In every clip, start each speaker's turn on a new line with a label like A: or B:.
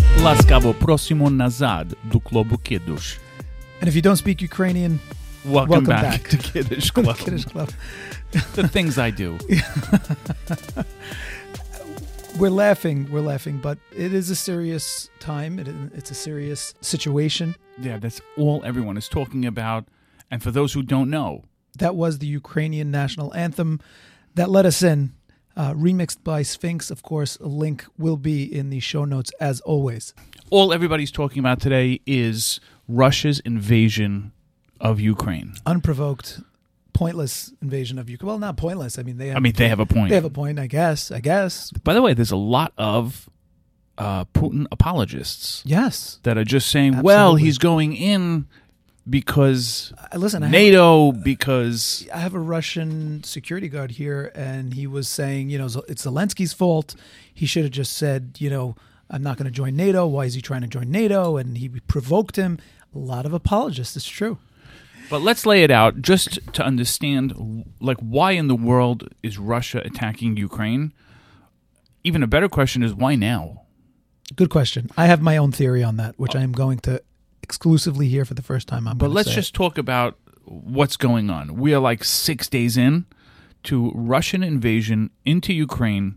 A: Zdravo prosimo nazad do Klobu Kiddush.
B: And if you don't speak Ukrainian,
A: Welcome,
B: Welcome
A: back,
B: back.
A: to Kiddush Club.
B: Kiddush Club.
A: the things I do.
B: We're laughing, we're laughing, but it is a serious time. It, it's a serious situation.
A: Yeah, that's all everyone is talking about. And for those who don't know,
B: That was the Ukrainian national anthem that let us in, uh, remixed by Sphinx. Of course, a link will be in the show notes as always.
A: all everybody's talking about today is Russia's invasion of Ukraine.
B: Unprovoked, pointless invasion of Ukraine. Well, not pointless. I mean, they have,
A: I mean, they have a point.
B: they have a point, I guess. I guess.
A: By the way, there's a lot of uh, Putin apologists
B: Yes.
A: that are just saying, well,
B: Absolutely.
A: he's going in because
B: I- Uh, Listen, I have- uh,
A: NATO, because.
B: I have a Russian security guard here, and he was saying, you know, it's Zelensky's fault. He should have just said, you know, I'm not going to join NATO. Why is he trying to join NATO? And he provoked him. A lot of apologists. It's true.
A: But let's lay it out just to understand, like, why in the world is Russia attacking Ukraine? Even a better question is why now?
B: Good question. I have my own theory on that, which I am going to exclusively hear for the first time. I'm
A: Oh. But
B: gonna
A: let's
B: say it.
A: just talk about what's going on. We are like six days in to Russian invasion into Ukraine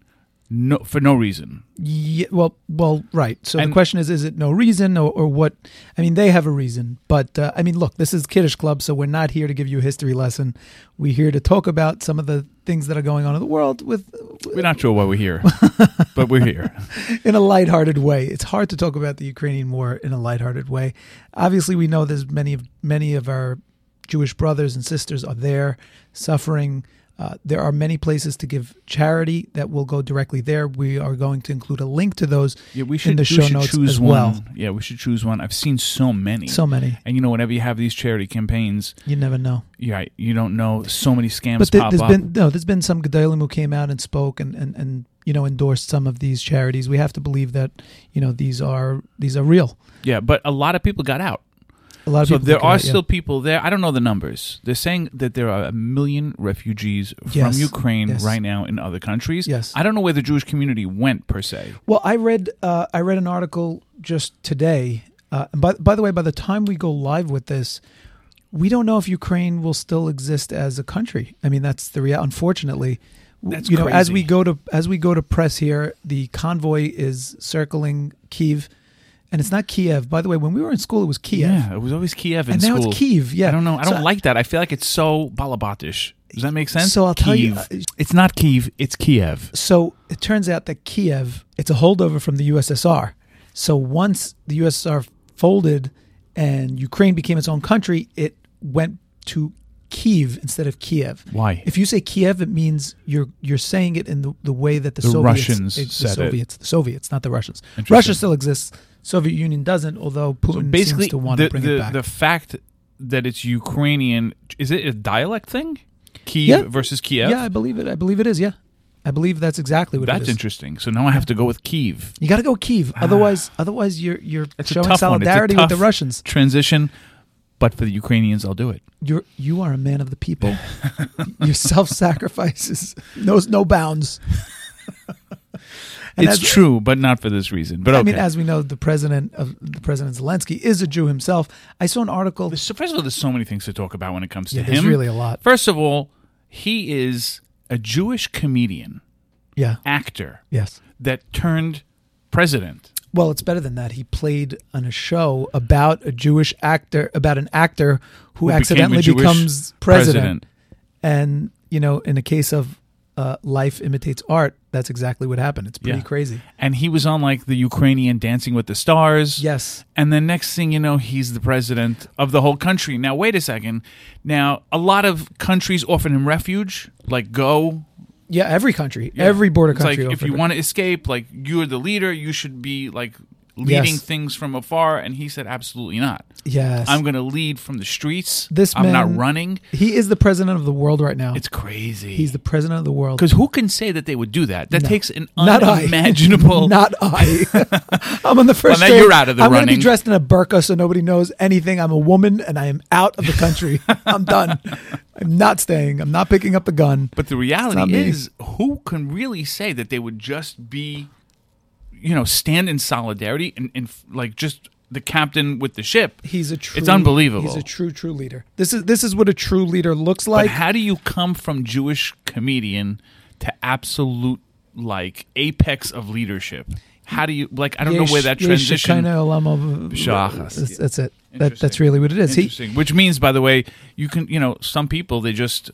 A: no, for no reason.
B: Yeah, well, well, right. So
A: And-
B: the question is, is it no reason or, or what? I mean, they have a reason, but uh, I mean, look, this is Kiddish Club, so we're not here to give you a history lesson. We're here to talk about some of the things that are going on in the world with
A: We're not sure why we're here, but we're here.
B: in a lighthearted way. It's hard to talk about the Ukrainian war in a lighthearted way. Obviously, we know there's many of many of our Jewish brothers and sisters are there suffering. Uh, there are many places to give charity that will go directly there. We are going to include a link to those
A: Yeah, we should,
B: in the
A: we
B: show
A: should
B: notes
A: choose
B: as
A: one.
B: well.
A: Yeah, we should choose one. I've seen so many.
B: So many.
A: and you know, whenever you have these charity campaigns,
B: You never know.
A: yeah, you don't know so many scams
B: But there,
A: pop
B: has
A: up.
B: been no, there's been some Gedalim who came out and spoke and, and, and you know endorsed some of these charities. We have to believe that you know these are these are real.
A: yeah, but a lot of people got out.
B: A lot of
A: So
B: people
A: there
B: think of
A: are
B: that, yeah.
A: still people there. I don't know the numbers. They're saying that there are a million refugees
B: Yes.
A: from Ukraine
B: Yes.
A: right now in other countries.
B: Yes.
A: I don't know where the Jewish community went per se.
B: Well, I read uh, I read an article just today. Uh, and by by the way, by the time we go live with this, we don't know if Ukraine will still exist as a country. I mean, that's the reality. Unfortunately, W-
A: That's
B: you know, as
A: crazy.
B: we go to as we go to press here, the convoy is circling Kiev, and it's not Kiev. By the way, when we were in school, it was Kiev.
A: Yeah, it was always Kiev in
B: And now
A: school.
B: it's Kiev, yeah.
A: I don't know. I
B: So
A: don't
B: I-
A: like that. I feel like it's so balabatish. Does that make sense?
B: So I'll tell you- uh,
A: Kiev. it's not Kiev. It's Kiev.
B: So it turns out that Kiev, it's a holdover from the USSR. So once the USSR folded and Ukraine became its own country, it went to Kiev instead of Kiev.
A: Why?
B: If you say Kiev, it means you're you're saying it in the, the way that the,
A: The
B: Soviets,
A: Russians
B: the
A: said it.
B: Soviets, the Soviets, not the Russians.
A: Interesting.
B: Russia still exists. Soviet Union doesn't, although Putin
A: Basically,
B: seems to want
A: the,
B: to bring
A: the,
B: it back.
A: the fact that it's Ukrainian is it a dialect thing? Kiev
B: Yeah.
A: versus Kiev.
B: Yeah, I believe it. I believe it is. Yeah, I believe that's exactly what it
A: That's
B: is.
A: interesting. So now I have to go with Kiev.
B: You got to go Kiev, otherwise, otherwise you're you're
A: Ah. It's a
B: showing
A: tough one. It's a
B: solidarity with
A: tough-
B: the Russians.
A: Transition, but for the Ukrainians, I'll do it.
B: You're you are a man of the people. Your self sacrifices knows no bounds. And
A: it's
B: as-
A: true, but not for this reason. But okay.
B: I mean, as we know, the president of the president Zelensky is a Jew himself. I saw an article.
A: so first of all, there's so many things to talk about when it comes to
B: Yeah,
A: him.
B: there's really a lot.
A: First of all, he is a Jewish comedian,
B: Yeah.
A: actor
B: Yes.
A: that turned president.
B: Well, it's better than that. He played on a show about a Jewish actor, about an actor who,
A: became a
B: accidentally
A: Jewish
B: becomes president. And you know, in a case of uh, life imitates art, that's exactly what happened. It's pretty
A: Yeah.
B: crazy.
A: And he was on like the Ukrainian Dancing with the Stars.
B: Yes.
A: And then next thing you know, he's the president of the whole country. Now, wait a second. Now, a lot of countries offer him refuge, like go.
B: Yeah, every country,
A: Yeah.
B: every border
A: It's
B: country.
A: Like, if
B: offered
A: you
B: it.
A: want to escape, like you're the leader, you should be like
B: Yes.
A: leading things from afar. And he said, absolutely not.
B: yes,
A: I'm going to lead from the streets.
B: This
A: I'm not
B: man-
A: running.
B: he is the president of the world right now.
A: It's crazy.
B: He's the president of the world.
A: because who can say that they would do that? That takes an
B: Not I.
A: unimaginable.
B: Not I. I'm on the first.
A: now
B: day.
A: you're out of the
B: I'm gonna
A: running.
B: be dressed in a burqa so nobody knows anything. I'm a woman and I am out of the country. I'm done. I'm not staying. I'm not picking up the gun.
A: but the
B: not
A: reality
B: me.
A: is, who can really say that they would just be you know stand in solidarity and, and like just the captain with the ship.
B: He's a true.
A: It's unbelievable.
B: He's a true, true leader. This is this is what a true leader looks like.
A: but how do you come from Jewish comedian to absolute like apex of leadership? How do you like? I don't know where that transition.
B: Kind of
A: Shachas.
B: That's, that's it. That, that's
A: Interesting.
B: really what it is. He,
A: Interesting. Which means, by the way, you can you know some people they just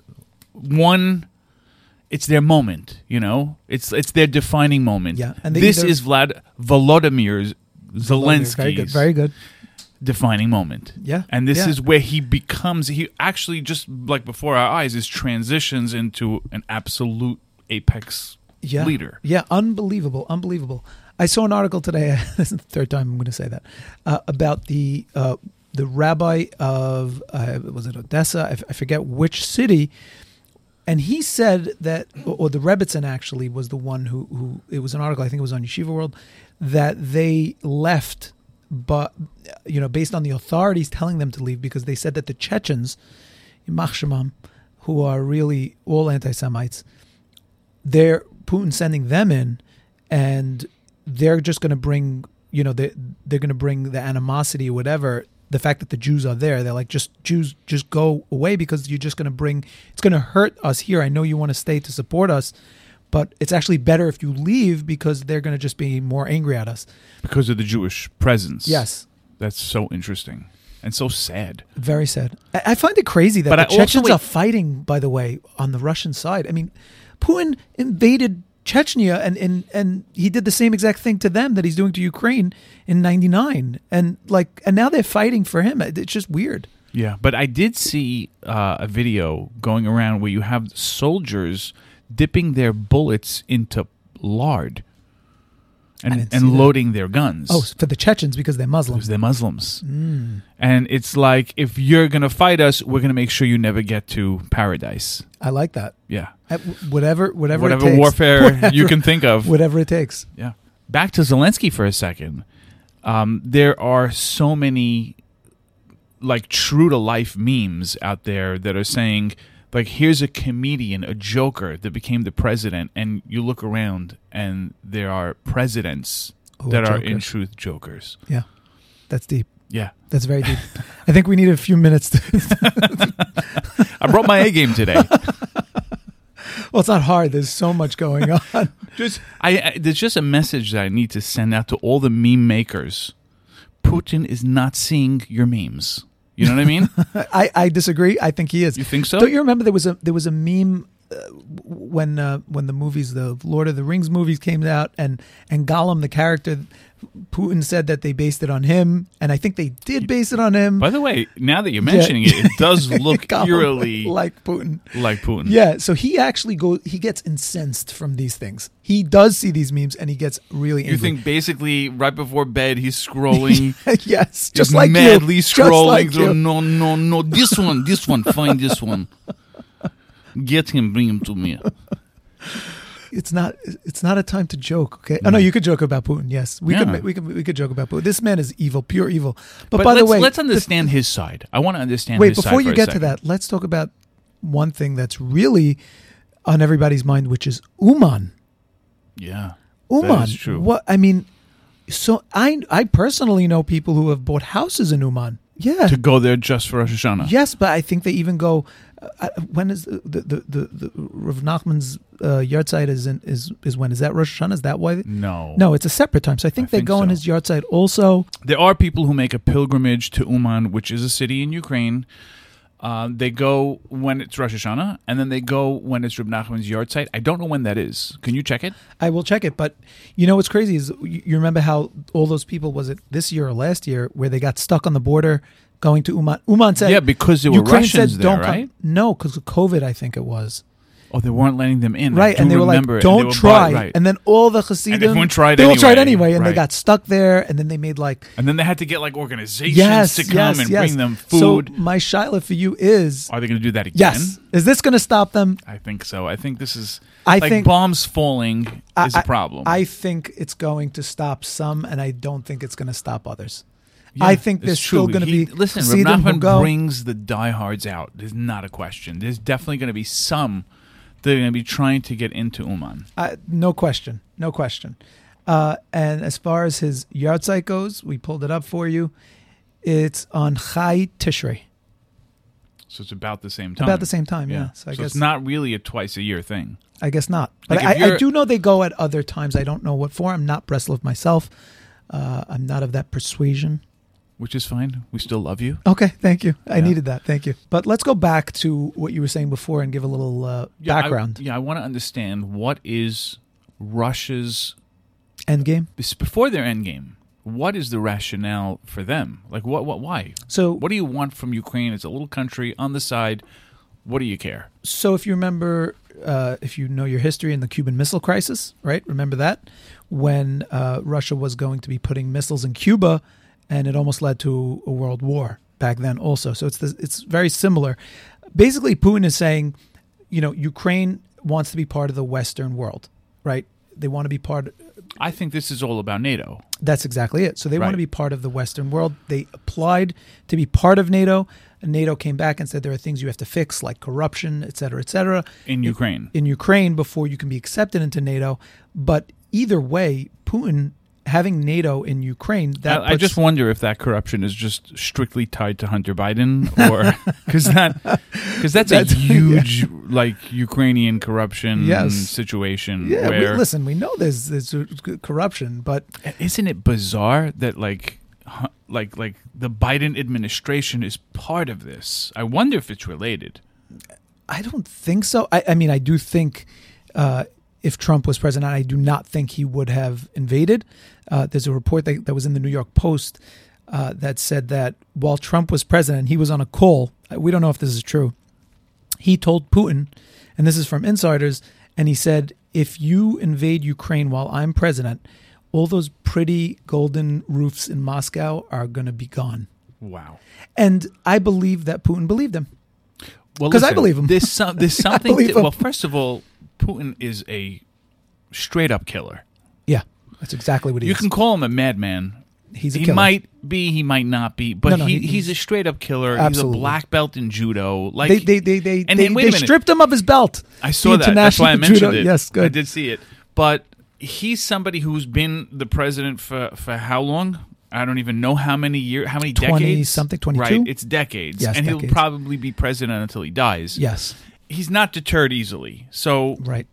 A: one. It's their moment, you know. It's it's their defining moment.
B: Yeah, and
A: and
B: they
A: this
B: either-
A: is Vlad Volodymyr Zelensky's
B: Very good. Very good.
A: defining moment.
B: Yeah,
A: and this
B: yeah.
A: is where he becomes. He actually just like before our eyes is transitions into an absolute apex
B: yeah.
A: leader.
B: Yeah, unbelievable, unbelievable. I saw an article today. this is the third time I'm going to say that uh, about the uh, the rabbi of uh, was it Odessa? I, f- I forget which city. And he said that, or or the Rebbitzin actually was the one who, who it was an article I think it was on Yeshiva World that they left, but you know based on the authorities telling them to leave because they said that the Chechens, Yimach Shemam, who are really all anti-Semites, they're Putin sending them in, and they're just going to bring you know they they're going to bring the animosity or whatever. The fact that the Jews are there, they're like just Jews, just go away because you're just going to bring it's going to hurt us here. I know you want to stay to support us, but it's actually better if you leave because they're going to just be more angry at us.
A: because of the Jewish presence.
B: Yes,
A: that's so interesting and so sad.
B: very sad. I, I find it crazy that
A: But I
B: the
A: also
B: Chechens
A: wait-
B: are fighting. By the way, on the Russian side, I mean, Putin invaded Chechnya, and and and he did the same exact thing to them that he's doing to Ukraine in '99, and like, and now they're fighting for him. It- It's just weird.
A: Yeah, but I did see uh, a video going around where you have soldiers dipping their bullets into lard
B: I
A: and
B: didn't see
A: and
B: that.
A: loading their guns.
B: Oh, for the Chechens because they're Muslims.
A: because they're Muslims.
B: Hmm.
A: And it's like if you're gonna fight us, we're gonna make sure you never get to paradise.
B: I like that.
A: Yeah,
B: I- whatever, whatever, it
A: whatever
B: takes.
A: warfare you can think of.
B: whatever it takes.
A: Yeah. Back to Zelensky for a second. Um, there are so many like true to life memes out there that are saying like here's a comedian, a joker that became the president and you look around and there are presidents
B: Who
A: that
B: are
A: are in
B: jokers.
A: truth jokers.
B: Yeah, that's deep.
A: Yeah.
B: That's very deep. I think we need a few minutes. To,
A: I brought my A game today.
B: well, it's not hard. There's so much going on.
A: just I, I there's just a message that I need to send out to all the meme makers. Putin is not seeing your memes. You know what I mean?
B: I, I disagree. I think he is.
A: You think so?
B: Don't you remember there was a there was a meme uh, w- when uh, when the movies the Lord of the Rings movies came out and and Gollum the character Putin said that they based it on him and I think they did base it on him.
A: By the way, now that you're mentioning it, it does look
B: Gollum
A: eerily like,
B: like Putin.
A: Putin.
B: Yeah, so he actually go he gets incensed from these things. He does see these memes and he gets really
A: You
B: angry.
A: think basically right before bed he's scrolling,
B: yes,
A: just
B: just like
A: madly
B: you, just
A: scrolling
B: like
A: through.
B: you.
A: No, no, no. This one, this one. Find this one. Get him. Bring him to me.
B: it's not it's not a time to joke. Okay. Oh no, you could joke about Putin. Yes, we
A: Yeah.
B: could we could we could joke about Putin. This man is evil, pure evil. But,
A: But
B: by
A: let's,
B: the way,
A: let's understand his side. I want to understand.
B: wait
A: his side
B: before
A: for
B: you
A: a
B: get to
A: second.
B: that. Let's talk about one thing that's really on everybody's mind, which is Uman.
A: Yeah.
B: Uman.
A: That is true.
B: What I mean, so I I personally know people who have bought houses in Uman. Yeah.
A: To go there just for Rosh Hashanah.
B: Yes, but I think they even go. Uh, I- when is the the the, the, the Rav Nachman's uh, yard site is in, is is when is that Rosh Hashanah? Is that why?
A: No.
B: No, it's a separate time. So I
A: I
B: think they
A: think
B: go on
A: so.
B: his yard site also.
A: There are people who make a pilgrimage to Uman, which is a city in Ukraine. Uh, they go when it's Rosh Hashanah, and then they go when it's Reb Nachman's yard site. I don't know when that is. Can you check it?
B: I will check it. But you know what's crazy is you you remember how all those people was it this year or last year where they got stuck on the border going to Uman. Uman said,
A: yeah, because there were
B: Ukraine
A: Russians
B: said,
A: there,
B: don't
A: right?
B: come. No, because of COVID, I think it was.
A: Oh, they weren't letting them in. I
B: Right,
A: do
B: and they were like,
A: remember it, and
B: "Don't
A: they were
B: try."
A: bought- right.
B: And then all the Hasidim,
A: everyone tried
B: They all tried
A: anyway,
B: anyway, and they
A: right.
B: got stuck there. And then they made like
A: And then they had to get like organizations
B: yes,
A: to come
B: yes,
A: and
B: yes.
A: bring them
B: So
A: food.
B: my shiloh for you is
A: Are they going to do that again?
B: yes. Is this going to stop them?
A: I think so. I think this is.
B: I
A: like
B: think-
A: bombs falling
B: I-
A: is a problem.
B: I think it's going to stop some, and I don't think it's going to stop others.
A: Yeah,
B: I think there's
A: it's true.
B: still going to
A: He-
B: be
A: listen.
B: Hasidim
A: Reb
B: who
A: Nachman
B: go,
A: brings the diehards out. There's not a question. There's definitely going to be some that are going to be trying to get into Uman.
B: I- no question, no question. Uh, and as far as his yard site goes, we pulled it up for you. It's on Chai Tishrei,
A: So it's about the same time.
B: about the same time. Yeah. So
A: So,
B: I guess
A: it's not really a twice a year thing.
B: I guess not. But
A: Like, if
B: I, I
A: you're-
B: do know they go at other times. I don't know what for. I'm not Breslov myself. Uh, I'm not of that persuasion.
A: Which is fine. We still love you.
B: Okay, thank you. I
A: Yeah.
B: needed that. Thank you. But let's go back to what you were saying before and give a little uh,
A: Yeah, I-
B: background.
A: yeah, I want to understand what is Russia's
B: Endgame.
A: this- before their end game. What is the rationale for them? Like, what, what, why?
B: So
A: What do you want from Ukraine? It's a little country on the side. What do you care?
B: So, if you remember, uh, if you know your history in the Cuban Missile Crisis, right? Remember that when uh, Russia was going to be putting missiles in Cuba, and it almost led to a world war back then, also. So it's the, it's very similar. Basically, Putin is saying, you know, Ukraine wants to be part of the Western world, right? They want to be part.
A: I think this is all about NATO.
B: That's exactly it. So they want
A: Right.
B: to be part of the Western world. They applied to be part of NATO. And NATO came back and said there are things you have to fix, like corruption, et cetera, et cetera
A: in Ukraine.
B: in Ukraine before you can be accepted into NATO. But either way, Putin having NATO in Ukraine that
A: I, I
B: puts-
A: just wonder if that corruption is just strictly tied to Hunter Biden, or because that because that's,
B: That's-
A: a huge like Ukrainian corruption
B: Yes.
A: situation.
B: yeah.
A: where
B: We, listen, we know there's there's uh, corruption, but
A: isn't it bizarre that like hu- like like the Biden administration is part of this? I wonder if it's related.
B: I don't think so. I, I mean, I do think uh, if Trump was president, I do not think he would have invaded. Uh, there's a report that, that was in the New York Post uh, that said that while Trump was president, he was on a call. Uh, We don't know if this is true. He told Putin, and this is from insiders, and he said, if you invade Ukraine while I'm president, all those pretty golden roofs in Moscow are going to be gone.
A: Wow.
B: And I believe that Putin believed him.
A: Well,
B: 'Cause I
A: listen,
B: believe him.
A: There's some, there's something.
B: believe
A: to-
B: him.
A: well, first of all, Putin is a straight up killer.
B: Yeah, that's exactly what he
A: You
B: is.
A: can call him a madman,
B: He's a
A: he
B: killer.
A: might be, he might not be, but
B: No, no,
A: he,
B: he-
A: he's a straight up killer.
B: Absolutely.
A: He's a black belt in judo. Like
B: they they they they,
A: and
B: they,
A: then, wait a
B: they
A: minute.
B: stripped him of his belt.
A: I
B: The
A: saw that. That's why I
B: international
A: mentioned
B: judo-
A: it.
B: Yes, good.
A: I did see it. But he's somebody who's been the president for for how long? I don't even know how many year, how many
B: 20
A: decades.
B: something, 22?
A: Right, it's decades,
B: Yes,
A: and he'll
B: decades.
A: probably be president until he dies.
B: Yes,
A: he's not deterred easily. So
B: right.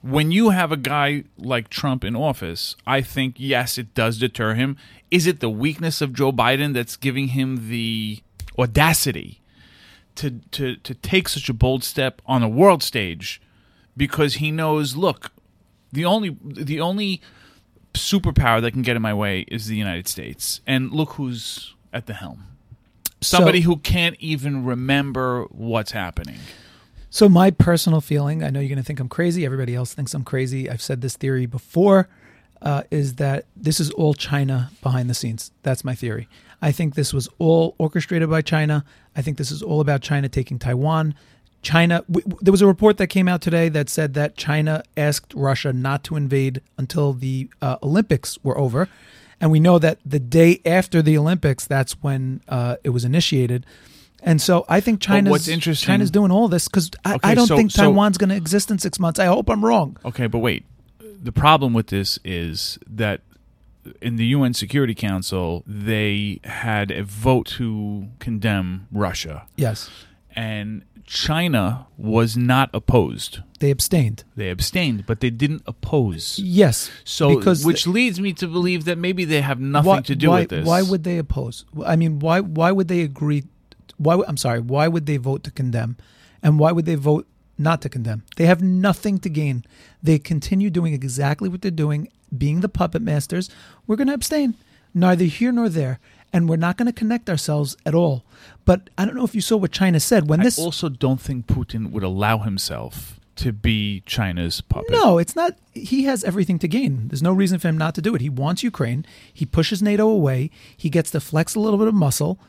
A: when you have a guy like Trump in office, I think yes, it does deter him. Is it the weakness of Joe Biden that's giving him the audacity to to to take such a bold step on a world stage because he knows, look, the only the only superpower that can get in my way is the United States. And look who's at the helm.
B: So-
A: Somebody who can't even remember what's happening.
B: So my personal feeling, I know you're going to think I'm crazy. Everybody else thinks I'm crazy. I've said this theory before. Uh, is that this is all China behind the scenes? That's my theory. I think this was all orchestrated by China. I think this is all about China taking Taiwan. China. W- w- there was a report that came out today that said that China asked Russia not to invade until the uh, Olympics were over, and we know that the day after the Olympics, that's when uh, it was initiated. And so I think China's
A: what's interesting-
B: China's doing all this because I, I
A: Okay,
B: don't
A: so-
B: think
A: so-
B: Taiwan's going to exist in six months. I hope I'm wrong.
A: Okay, but wait. The problem with this is that in the UN Security Council, they had a vote to condemn Russia,
B: Yes,
A: and China was not opposed.
B: they abstained.
A: They abstained, but they didn't oppose.
B: Yes,
A: So,
B: because
A: which leads me to believe that maybe they have nothing
B: why,
A: to do
B: why,
A: with this.
B: Why would they oppose? I mean, why why would they agree? Why would- I'm sorry. Why would they vote to condemn? And why would they vote not to condemn? They have nothing to gain. They continue doing exactly what they're doing, being the puppet masters. We're going to abstain, neither here nor there, and we're not going to connect ourselves at all. But I don't know if you saw what China said when
A: I
B: this.
A: also don't think Putin would allow himself to be China's puppet.
B: No, it's not. He has everything to gain. There's no reason for him not to do it. He wants Ukraine. He pushes NATO away. He gets to flex a little bit of muscle.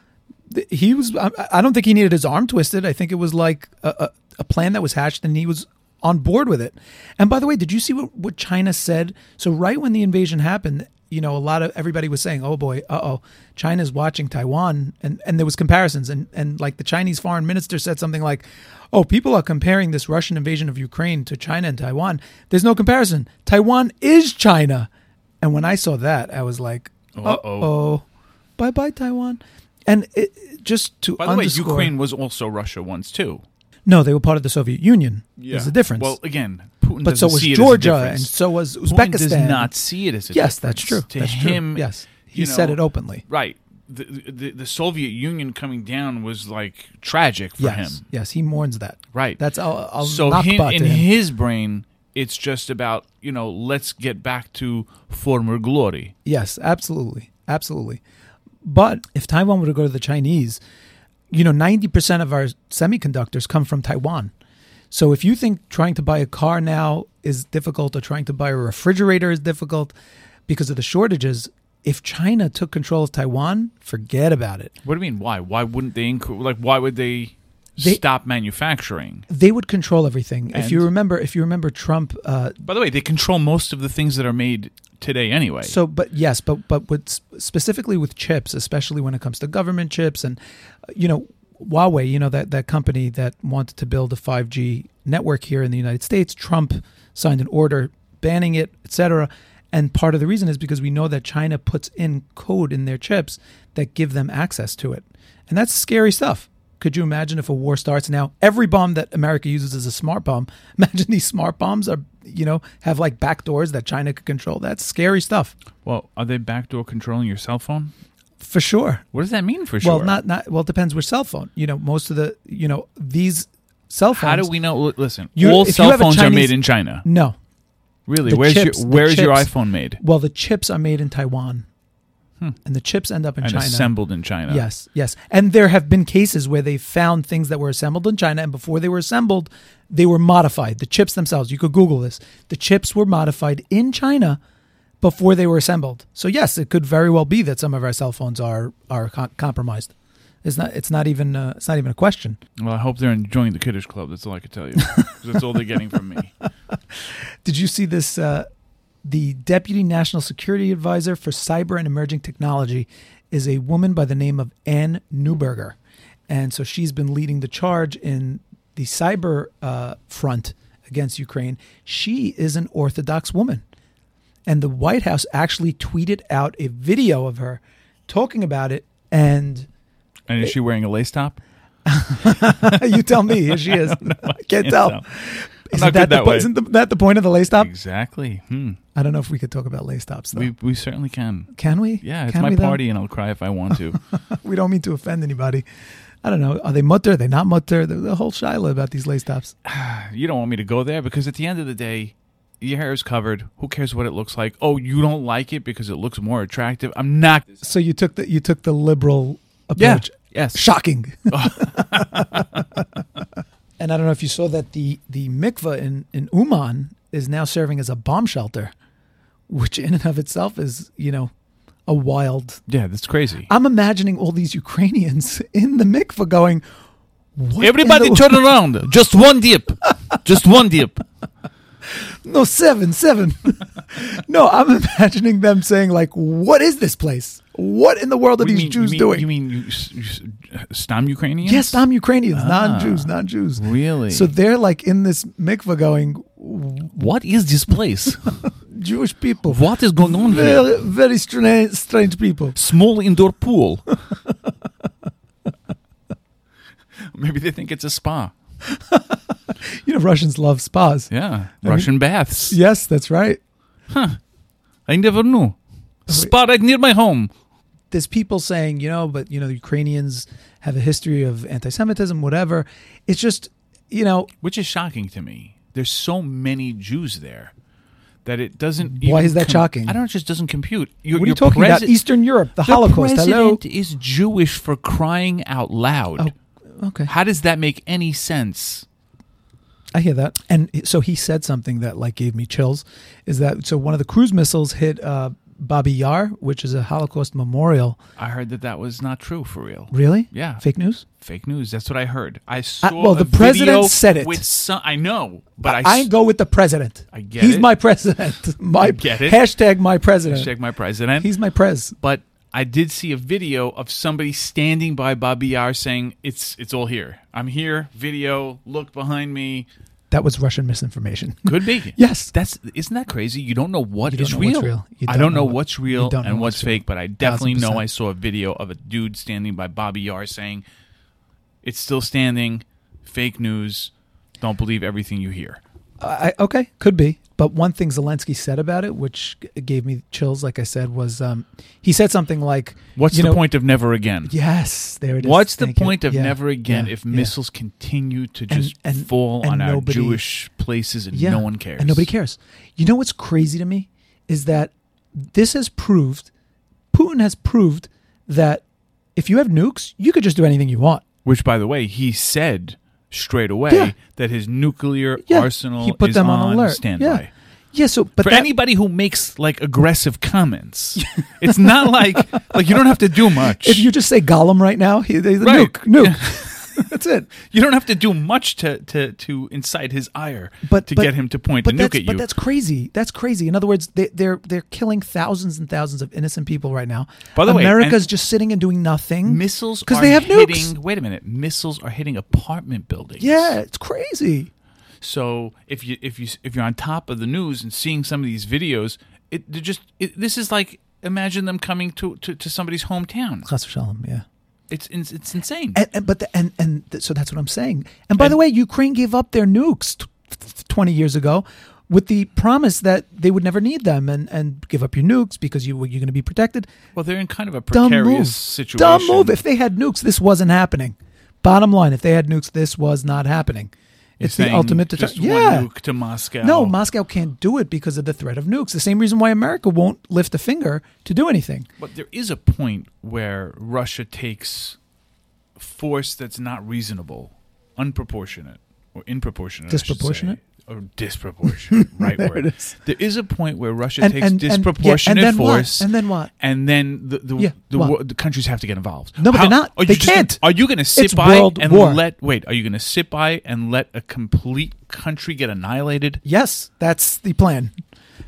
B: Th- He was. I I don't think he needed his arm twisted. I think it was like a, a, a plan that was hatched, and he was on board with it. And by the way, did you see what, what China said? So right when the invasion happened, you know, a lot of everybody was saying, "Oh boy, uh oh, China's watching Taiwan," and and there was comparisons, and and like the Chinese foreign minister said something like, "Oh, people are comparing this Russian invasion of Ukraine to China and Taiwan. There's no comparison. Taiwan is China." And when I saw that, I was like,
A: Uh-oh.
B: oh, bye bye Taiwan. And it, it- just to
A: By the way,
B: underscore,
A: Ukraine was also Russia once too.
B: No, they were part of the Soviet Union. There's a difference.
A: Well, again, Putin
B: but so
A: doesn't
B: was
A: see it
B: Georgia,
A: as a
B: and
A: difference.
B: so was
A: Putin
B: Uzbekistan.
A: does not see it as a
B: yes, that's true.
A: difference. To
B: that's
A: him,
B: true. Yes, he
A: you
B: said
A: know,
B: it openly.
A: Right. The, the the Soviet Union coming down was like tragic for
B: Yes,
A: him.
B: yes, he mourns that.
A: Right.
B: That's I'll, I'll
A: so
B: knock
A: him,
B: butt
A: in
B: to him.
A: his brain, it's just about you know let's get back to former glory.
B: Yes, absolutely. Absolutely. But if Taiwan were to go to the Chinese, you know, 90% of our semiconductors come from Taiwan. So if you think trying to buy a car now is difficult or trying to buy a refrigerator is difficult because of the shortages, if China took control of Taiwan, forget about it.
A: What do you mean? Why? Why wouldn't they? Inc- like, why would they,
B: They-
A: stop manufacturing?
B: They would control everything. if you
A: And-
B: remember, if you remember Trump uh,
A: By the way, they control most of the things that are made today anyway.
B: So, but yes, but but with specifically with chips, especially when it comes to government chips, and uh, you know, Huawei, you know that that company that wanted to build a five G network here in the United States, Trump signed an order banning it, etc. And part of the reason is because we know that China puts in code in their chips that give them access to it, and that's scary stuff. Could you imagine if a war starts now? Every bomb that America uses is a smart bomb. Imagine these smart bombs are, you know, have like back doors that China could control. That's scary stuff.
A: well, are they backdoor controlling your cell phone?
B: For sure.
A: What does that mean for sure?
B: Well, not not well. It depends which cell phone. You know, most of the you know these cell phones.
A: How do we know? l- Listen,
B: You-
A: all
B: if you
A: cell
B: have a
A: phones are
B: Chinese-
A: made in China.
B: No.
A: Really?
B: The
A: Where's
B: chips- the
A: your Where's your
B: chips
A: iPhone made
B: Well, the chips are made in Taiwan, and the chips end up in
A: Hmm. and
B: China.
A: assembled in China?
B: Yes, yes. And there have been cases where they found things that were assembled in China, and before they were assembled, they were modified. The chips themselves, you could Google this. The chips were modified in China before they were assembled. So yes, it could very well be that some of our cell phones are are co- compromised. It's not. It's not even. Uh, it's not even a question.
A: Well, I hope they're enjoying the Kiddish Club. That's all I can tell you. 'Cause that's all they're getting from me.
B: Did you see this? Uh, the deputy national security advisor for cyber and emerging technology is a woman by the name of Ann Neuberger, and so she's been leading the charge in the cyber uh, front against Ukraine. She is an Orthodox woman, and the White House actually tweeted out a video of her talking about it. And
A: And is she wearing a lace top?
B: you tell me, here she is. I can't tell.
A: tell.
B: Isn't,
A: not good
B: that the,
A: that
B: po-
A: way.
B: isn't the, that the point of the lace top?
A: Exactly. Hmm.
B: I don't know if we could talk about lace tops though.
A: We we certainly can.
B: Can we?
A: Yeah, it's
B: Can
A: my
B: we, though?
A: party, and I'll cry if I want to.
B: We don't mean to offend anybody. I don't know. Are they mutter? Are they not mutter? There's a whole shiloh about these lace tops.
A: you don't want me to go there because at the end of the day, your hair is covered. Who cares what it looks like? Oh, you don't like it because it looks more attractive. I'm not.
B: So you took the you took the liberal
A: Yeah.
B: approach.
A: Yes.
B: Shocking. and I don't know if you saw that the the mikvah in in Uman is now serving as a bomb shelter, which in and of itself is you know a wild.
A: Yeah, that's crazy.
B: I'm imagining all these Ukrainians in the mikvah going. What in
A: Everybody
B: the-
A: turn around. Just one dip. Just one dip.
B: No, seven, seven. no, I'm imagining them saying, like, what is this place? What in the world are
A: What do you
B: these
A: mean- you
B: Jews
A: mean,
B: doing?
A: You mean you, s- you s- Stam Ukrainians?
B: yes, I'm Ukrainians, non Jews, non Jews.
A: Ah, Really?
B: So they're like in this mikvah going, "W-
A: What is this place?
B: Jewish people.
A: what is going on here?
B: Very, very strange, strange people.
A: Small indoor pool. Maybe they think it's a spa.
B: You know, Russians love spas.
A: Yeah, Russian baths.
B: Yes, that's right.
A: I never knew. Spa right near my home.
B: there's people saying, you know, but you know, the Ukrainians have a history of anti-Semitism, whatever. It's just, you know,
A: which is shocking to me. There's so many Jews there that it doesn't.
B: Why
A: even
B: is that shocking?
A: I don't know. It just doesn't compute. Your,
B: what are you
A: your
B: talking about?
A: presi-
B: Eastern Europe, the,
A: the
B: Holocaust. Hello. Oh,
A: president is Jewish for crying out loud.
B: Okay.
A: How does that make any sense?
B: I hear that. And it- so he said something that like gave me chills. Is that so? One of the cruise missiles hit uh, Babi Yar, which is a Holocaust memorial.
A: I heard that that was not true for real.
B: Really?
A: Yeah.
B: Fake news.
A: Fake news. That's what I heard. I saw.
B: Uh, well,
A: a
B: the president
A: video
B: said it.
A: With some, I know, but I,
B: I,
A: s-
B: go with the president.
A: I get
B: He's
A: it.
B: my president. My
A: get it.
B: hashtag my president.
A: check my president.
B: He's my prez.
A: but I did see a video of somebody standing by Bobby Yar saying, "It's it's all here. I'm here. Video. Look behind me.
B: that was Russian misinformation.
A: Could be.
B: Yes.
A: That's isn't that crazy? You don't know what
B: You don't
A: is
B: know what's
A: real.
B: real. You
A: I
B: don't
A: don't
B: know
A: know
B: what-
A: what's real
B: you don't know
A: and
B: what's
A: what's fake,
B: real.
A: but I definitely know
B: percent.
A: I saw a video of a dude standing by Bobby Yar saying, "It's still standing. Fake news. Don't believe everything you hear."
B: I, okay, could be. But one thing Zelensky said about it, which g- gave me chills, like I said, was um, he said something like,
A: What's
B: you
A: the
B: know-
A: point of never again?
B: Yes, there it is.
A: What's the
B: Thank you.
A: point of
B: Yeah,
A: never again
B: yeah,
A: if
B: yeah.
A: missiles continue to
B: And-
A: just
B: and-
A: fall
B: and
A: on our
B: nobody-
A: Jewish places and
B: Yeah,
A: no one cares?
B: And nobody cares. You know what's crazy to me is that this has proved, Putin has proved that if you have nukes, you could just do anything you want.
A: Which, by the way, he said straight away
B: Yeah.
A: that his nuclear
B: Yeah,
A: arsenal
B: he put
A: is
B: them on
A: on,
B: alert.
A: standby.
B: Yeah. Yeah, so, but
A: For
B: that,
A: anybody who makes like aggressive comments, it's not like like you don't have to do much.
B: if you just say Gollum right now, he, they, the
A: Right.
B: nuke, nuke. That's it.
A: You don't have to do much to to to incite his ire,
B: But-
A: to
B: but-
A: get him to point a
B: but
A: nuke
B: that's,
A: at
B: But
A: you.
B: that's crazy. That's crazy. In other words, they, they're they're killing thousands and thousands of innocent people right now.
A: By the way,
B: America's just sitting and doing nothing.
A: Missiles
B: because
A: are
B: they have
A: hitting.
B: nukes.
A: Wait a minute, missiles are hitting apartment buildings.
B: Yeah, it's crazy.
A: So if you if you if you're on top of the news and seeing some of these videos, it they're just it, this is like imagine them coming to, to, to somebody's hometown.
B: Chas v'shalom, yeah.
A: It's it's, it's insane.
B: And, and but the, and and th- so that's what I'm saying. And by
A: And-
B: the way, Ukraine gave up their nukes t- t- 20 years ago with the promise that they would never need them and and give up your nukes because you you're going to be protected.
A: well, they're in kind of a
B: Dumb
A: precarious
B: move.
A: situation.
B: Dumb move. If they had nukes, this wasn't happening. Bottom line, if they had nukes, this was not happening.
A: You're
B: It's the
A: saying
B: ultimate deter-
A: just
B: Yeah.
A: one nuke to Moscow.
B: No, Moscow can't do it because of the threat of nukes. The same reason why America won't lift a finger to do anything.
A: but there is a point where Russia takes force that's not reasonable, unproportionate or improportionate, I should say.
B: Disproportionate?
A: or disproportionate. right
B: There
A: word.
B: it is.
A: There is a point where Russia
B: And-
A: takes
B: and- and- yeah, and
A: disproportionate
B: then what?
A: force,
B: And then what?
A: and then the the,
B: Yeah,
A: the,
B: what?
A: wor- the countries have to get involved.
B: No, but they're not.
A: are you
B: They
A: just-
B: can't.
A: Are you going to sit
B: It's
A: by
B: world
A: and
B: war.
A: let? Wait, are you going to sit by and let a complete country get annihilated?
B: Yes, that's the plan.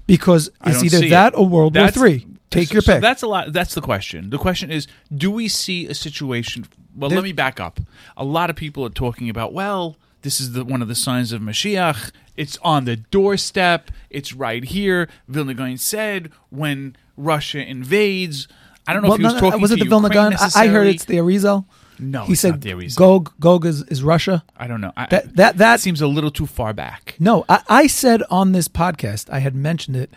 B: Because
A: I
B: it's
A: don't
B: either
A: see
B: that
A: it.
B: or World
A: That's-
B: War Three. Take
A: so-
B: your
A: so
B: pick.
A: that's a lot. That's the question. The question is, do we see a situation? Well,
B: There-
A: let me back up. A lot of people are talking about. Well, this is the one of the signs of Mashiach. It's on the doorstep. It's right here. Vilna Gaon said when Russia invades. I don't know if he was
B: no, no,
A: talking
B: was it
A: to
B: the Vilna
A: Ukraine
B: Gun? I, I heard
A: necessarily.
B: it's the Arizel.
A: No,
B: he
A: it's
B: said
A: not the Arizal.
B: Gog Gog is, is Russia.
A: I don't know. I,
B: That- that- that-
A: seems a little too far back.
B: No, I, I said on this podcast, I had mentioned it.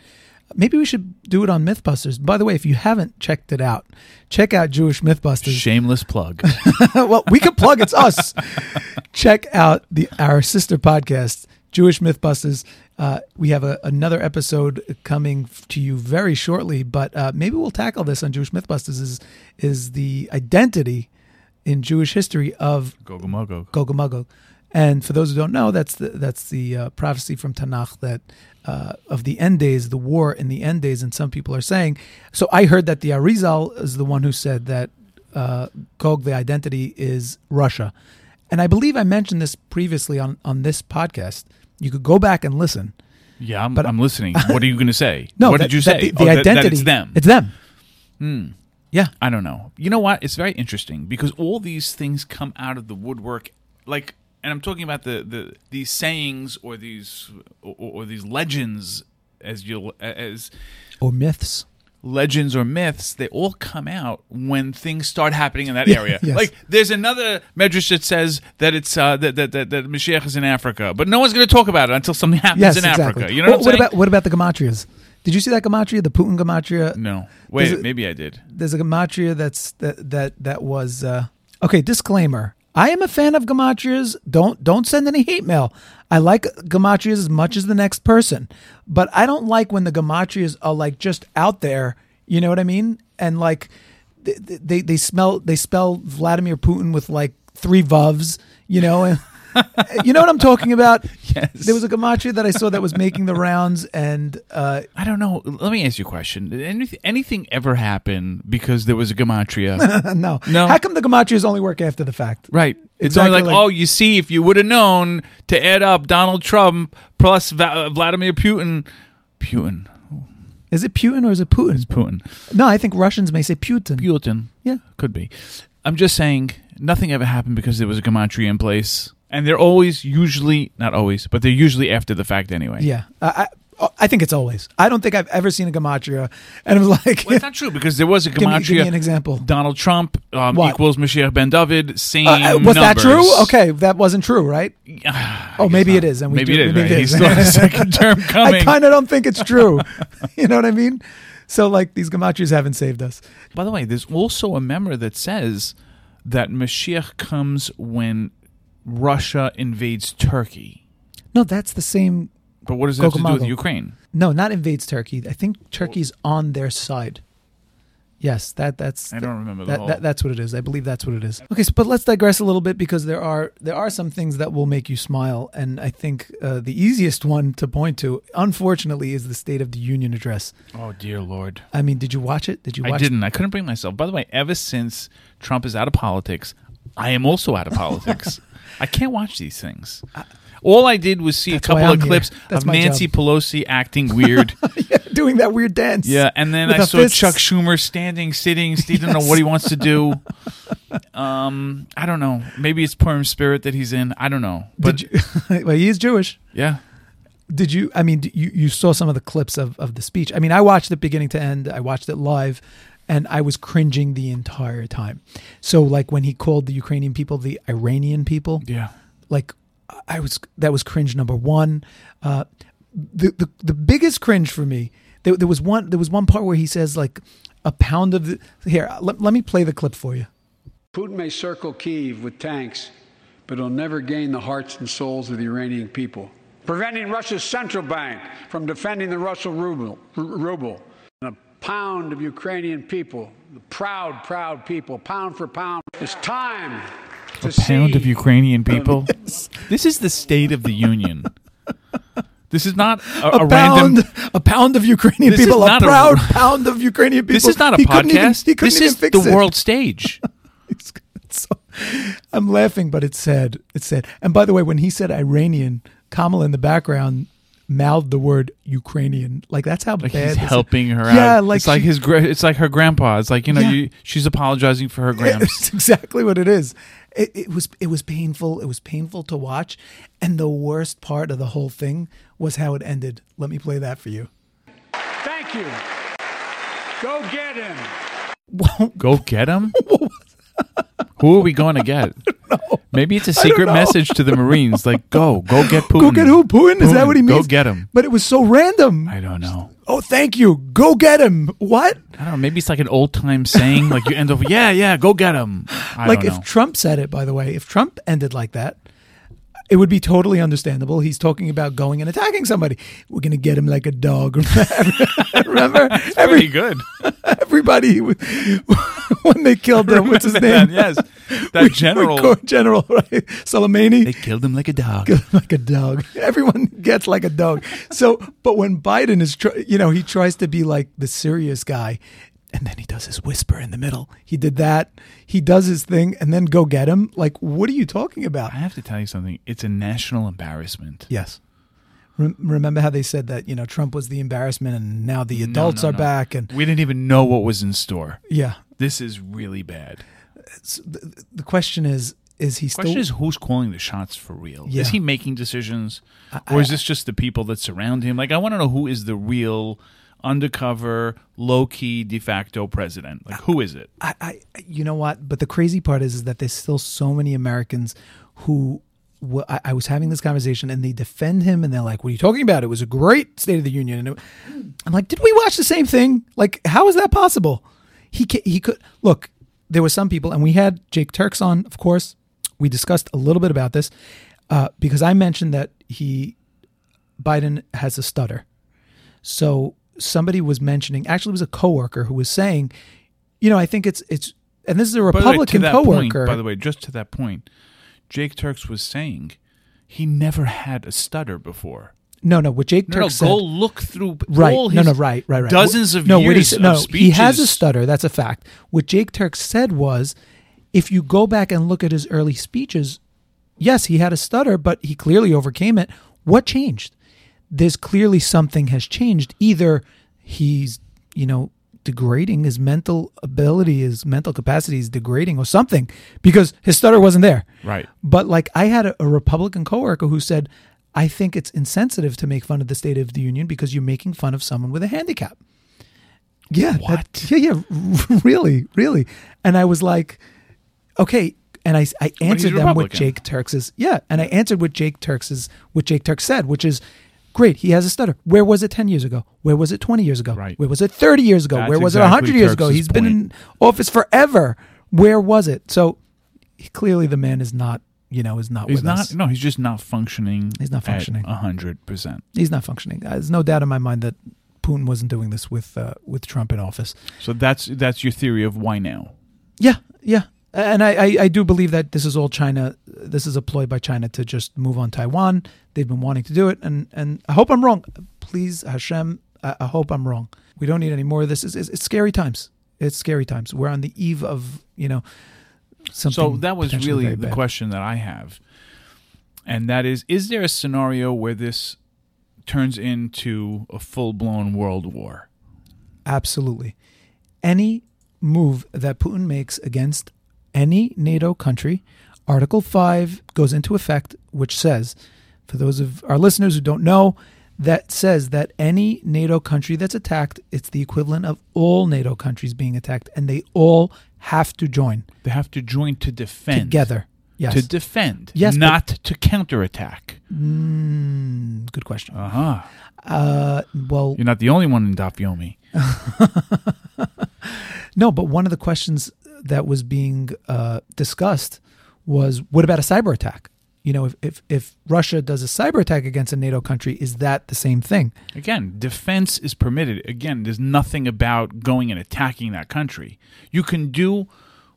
B: Maybe we should do it on MythBusters. By the way, if you haven't checked it out, check out Jewish MythBusters.
A: Shameless plug.
B: well, we could plug it's us. Check out the our sister podcast, Jewish Mythbusters. Uh, we have a, another episode coming f- to you very shortly, but uh, maybe we'll tackle this on Jewish Mythbusters. Is is the identity in Jewish history of
A: go go mo, go. go.
B: Gogomagog. And for those who don't know, that's the that's the uh, prophecy from Tanakh that uh, of the end days, the war in the end days. And some people are saying. So I heard that the Arizal is the one who said that uh, Gog, the identity, is Russia. And I believe I mentioned this previously on on this podcast. You could go back and listen.
A: Yeah, I'm,
B: But-
A: I'm listening. What are you going to say?
B: No,
A: what
B: that-
A: did you
B: that
A: say?
B: The, the
A: Oh, that-
B: identity,
A: that it's them.
B: It's them. Yeah.
A: I don't know. You know what? It's very interesting because all these things come out of the woodwork. Like, and I'm talking about the, the these sayings or these or, or these legends as you as
B: Or myths.
A: legends or myths, they all come out when things start happening in that
B: Yeah,
A: area.
B: yes.
A: Like there's another medrash that says that it's uh, that, that that that Mashiach is in Africa, but no one's going to talk about it until something happens
B: Yes,
A: in
B: exactly.
A: Africa. You know what,
B: what,
A: I'm saying?
B: about what about the gematrias? Did you see that gematria, the Putin gematria?
A: no, wait,
B: Does it-
A: maybe I did.
B: there's a gematria that's that that that was uh okay disclaimer i am a fan of gematrias don't don't send any hate mail i like gematrias as much as the next person but i don't like when the gematrias are like just out there you know what i mean and like they they, they smell they spell vladimir putin with like three vovs you know and you know what i'm talking about
A: Yes.
B: there was a gematria that i saw that was making the rounds and uh
A: I don't know. Let me ask you a question. Did anything, anything ever happen because there was a gematria?
B: no
A: No.
B: how come the gematrias only work after the fact
A: right. It's only
B: Exactly
A: like,
B: like-
A: oh, you see, if you would have known to add up Donald Trump plus Va- uh, Vladimir Putin, Putin,
B: Is it Putin or is it Putin?
A: it's Putin,
B: No, I think Russians may say Putin.
A: Putin,
B: Yeah.
A: could be. I'm just saying, nothing ever happened because there was a gematria in place. and they're always usually not always, but they're usually after the fact anyway.
B: Yeah, I, I, I think it's always. I don't think I've ever seen a Gematria, and I'm like,
A: Well, it's not true because there was a
B: give, me,
A: gematria.
B: give me an example.
A: Donald Trump um,
B: What?
A: equals Mashiach Ben David. Same.
B: Uh, was that
A: numbers.
B: true? Okay, that wasn't true, right? oh, maybe it is, and we
A: maybe
B: do-
A: it is.
B: maybe
A: right? He's still in his second term coming.
B: I kind of don't think it's true. you know what I mean? So like these Gematrias haven't saved us.
A: By the way, there's also a memoir that says that Mashiach comes when Russia invades Turkey.
B: No, that's the same.
A: But what does that have to do with
B: Kokomago.
A: Ukraine?
B: No, not invades Turkey. I think Turkey's on their side. Yes, that that's
A: I don't remember the
B: that,
A: whole.
B: that, that's what it is. I believe that's what it is. Okay, so, but let's digress a little bit because there are there are some things that will make you smile, and I think uh, the easiest one to point to, unfortunately, is the State of the Union address.
A: oh dear Lord!
B: I mean, did you watch it? Did you watch?
A: I didn't. I couldn't bring myself. By the way, ever since Trump is out of politics, I am also out of politics. I can't watch these things. All I did was see a
B: That's why
A: couple of
B: I'm here.
A: clips
B: That's
A: of
B: my
A: Nancy Pelosi acting weird.
B: doing that weird dance?
A: yeah, and then
B: With
A: I
B: the
A: saw
B: fists.
A: Chuck Schumer standing, sitting. He doesn't know
B: Yes.
A: what he wants to do. um, I don't know. Maybe it's Purim spirit that he's in. I don't know. But
B: Did you? well, he is Jewish.
A: yeah,
B: Did you? I mean, d- you you saw some of the clips of of the speech. I mean, I watched it beginning to end. I watched it live. And I was cringing the entire time. So, like when he called the Ukrainian people the Iranian people,
A: yeah.
B: like I was that was cringe number one. Uh, the, the the biggest cringe for me there, there was one there was one part where he says like a pound of the here let, let me play the clip for you.
C: Putin may circle Kyiv with tanks, but he'll never gain the hearts and souls of the Iranian people. Preventing Russia's central bank from defending the Russian ruble, r- ruble. And a pound of Ukrainian people, the proud, proud people, pound for pound. It's time to
A: a pound of
C: see-
A: Ukrainian people. This is the state of the union. this is not a, a,
B: A,
A: random.
B: pound a pound of Ukrainian
A: This is
B: people a
A: not a-
B: proud pound of Ukrainian people.
A: This is not a
B: He couldn't even-
A: podcast.
B: he couldn't
A: this
B: even
A: is
B: fix
A: the
B: it.
A: world stage.
B: It's, it's so, I'm laughing, but it's sad. It's sad. And by the way, when he said Iranian, Kamala in the background mouthed the word Ukrainian. Like that's how
A: Like
B: bad
A: he's
B: this is.
A: helping her out.
B: Yeah, like
A: it's like
B: she-
A: his. gra- It's like her grandpa. It's like you know,
B: Yeah.
A: you, she's apologizing for her
B: It's
A: gramps.
B: exactly what it is. It, it was it was painful. It was painful to watch, and the worst part of the whole thing was how it ended. Let me play that for you.
C: Thank you. Go get him.
A: Go get him. Who are we going to get? Maybe it's a secret
B: know.
A: message to the Marines. Like, go, go get Putin.
B: Go get who? Putin? Is that what he means?
A: Go get him.
B: But it was so random.
A: I don't know.
B: Oh, thank you. Go get him. What?
A: I don't know. Maybe it's like an old time saying. Like you end up, yeah, yeah, go get him. I
B: like
A: don't know.
B: if Trump said it, by the way, if Trump ended like that, it would be totally understandable. He's talking about going and attacking somebody. We're gonna get him like a dog. Remember,
A: pretty
B: Every,
A: good.
B: everybody was- when they killed him. What's his
A: That,
B: name?
A: yes, that
B: We- we
A: general.
B: call- general, right? Soleimani.
A: killed him like a dog.
B: like a dog. Everyone gets like a dog. So, but when Biden is, tr- you know, he tries to be like the serious guy, and then he does his whisper in the middle. He did that. He does his thing, and then go get him. Like, what are you talking about?
A: I have to tell you something. It's a national embarrassment.
B: Yes. Rem remember how they said that you know Trump was the embarrassment, and now the
A: No,
B: adults
A: no,
B: are
A: no.
B: back, and
A: we didn't even know what was in store.
B: yeah.
A: This is really bad.
B: The question is, is he
A: Question
B: still?
A: is, who's calling the shots for real?
B: Yeah.
A: Is he making decisions, or is this just the people that surround him? Like, I want to know who is the real undercover, low key, de facto president. Like, who is it?
B: I, I, you know what? But the crazy part is, is that there's still so many Americans who, wh- I, I was having this conversation and they defend him and they're like, "What are you talking about? It was a great State of the Union." And it, I'm like, "Did we watch the same thing? Like, how is that possible?" He ca- he could look. There were some people, and we had Jake Turks on, of course. We discussed a little bit about this uh, because I mentioned that he Biden has a stutter. So somebody was mentioning, actually, it was a coworker who was saying, you know, I think it's it's, and this is a
A: By the way, to
B: Republican
A: that point-
B: coworker.
A: by the way, just to that point, Jake Turks was saying he never had a stutter before.
B: no, no, what Jake
A: No, no,
B: Turk
A: go
B: said.
A: look through
B: Right.
A: all
B: no,
A: his
B: no, right, right, right.
A: dozens of
B: no,
A: years
B: what he, said-
A: of
B: no, he has a
A: speeches.
B: stutter. That's a fact. What Jake Turk said was, if you go back and look at his early speeches, yes, he had a stutter, but he clearly overcame it. What changed? There's clearly something has changed. Either he's, you know, degrading. His mental ability, his mental capacity is degrading or something because his stutter wasn't there.
A: Right.
B: But like I had a, a Republican coworker who said, I think it's insensitive to make fun of the State of the Union because you're making fun of someone with a handicap. Yeah. that-
A: What?
B: yeah, yeah. Really, really. And I was like, okay. And I, I answered them with
A: Republican.
B: Jake Turks's. Yeah. And I answered with Jake Turks's, what Jake Turks said, which is, great, he has a stutter. Where was it 10 years ago? Where was it 20 years ago?
A: Right.
B: Where was it 30 years ago?
A: That's
B: Where was
A: exactly
B: it 100 years ago?
A: Turks's
B: He's been in office forever. Where was it? So clearly the man is not, you know, is not
A: He's
B: with
A: not.
B: us.
A: No, he's just not functioning.
B: He's not functioning.
A: A hundred percent.
B: He's not functioning. Uh, There's no doubt in my mind that Putin wasn't doing this with uh, with Trump in office.
A: So that's that's your theory of why now.
B: Yeah, yeah. And I, I, I do believe that this is all China. This is a ploy by China to just move on Taiwan. They've been wanting to do it, and and I hope I'm wrong. Please, Hashem, I, I hope I'm wrong. We don't need any more of this. It's, it's, it's scary times. It's scary times. We're on the eve of you know something.
A: So that was
B: potentially
A: really
B: very
A: the
B: bad.
A: question that I have, and that is: Is there a scenario where this turns into a full blown world war?
B: Absolutely. Any move that Putin makes against any NATO country, Article 5 goes into effect, which says, for those of our listeners who don't know, that says that any NATO country that's attacked, it's the equivalent of all NATO countries being attacked, and they all have to join
A: They have to join to defend
B: together. Yes.
A: To defend,
B: Yes, but-
A: not to counterattack.
B: Mm, good question.
A: Uh huh.
B: Uh, well,
A: You're not the only one in Dafyomi.
B: No, but one of the questions that was being uh, discussed was what about a cyber attack? You know, if, if, if Russia does a cyber attack against a NATO country, is that the same thing?
A: Again, defense is permitted. Again, there's nothing about going and attacking that country. You can do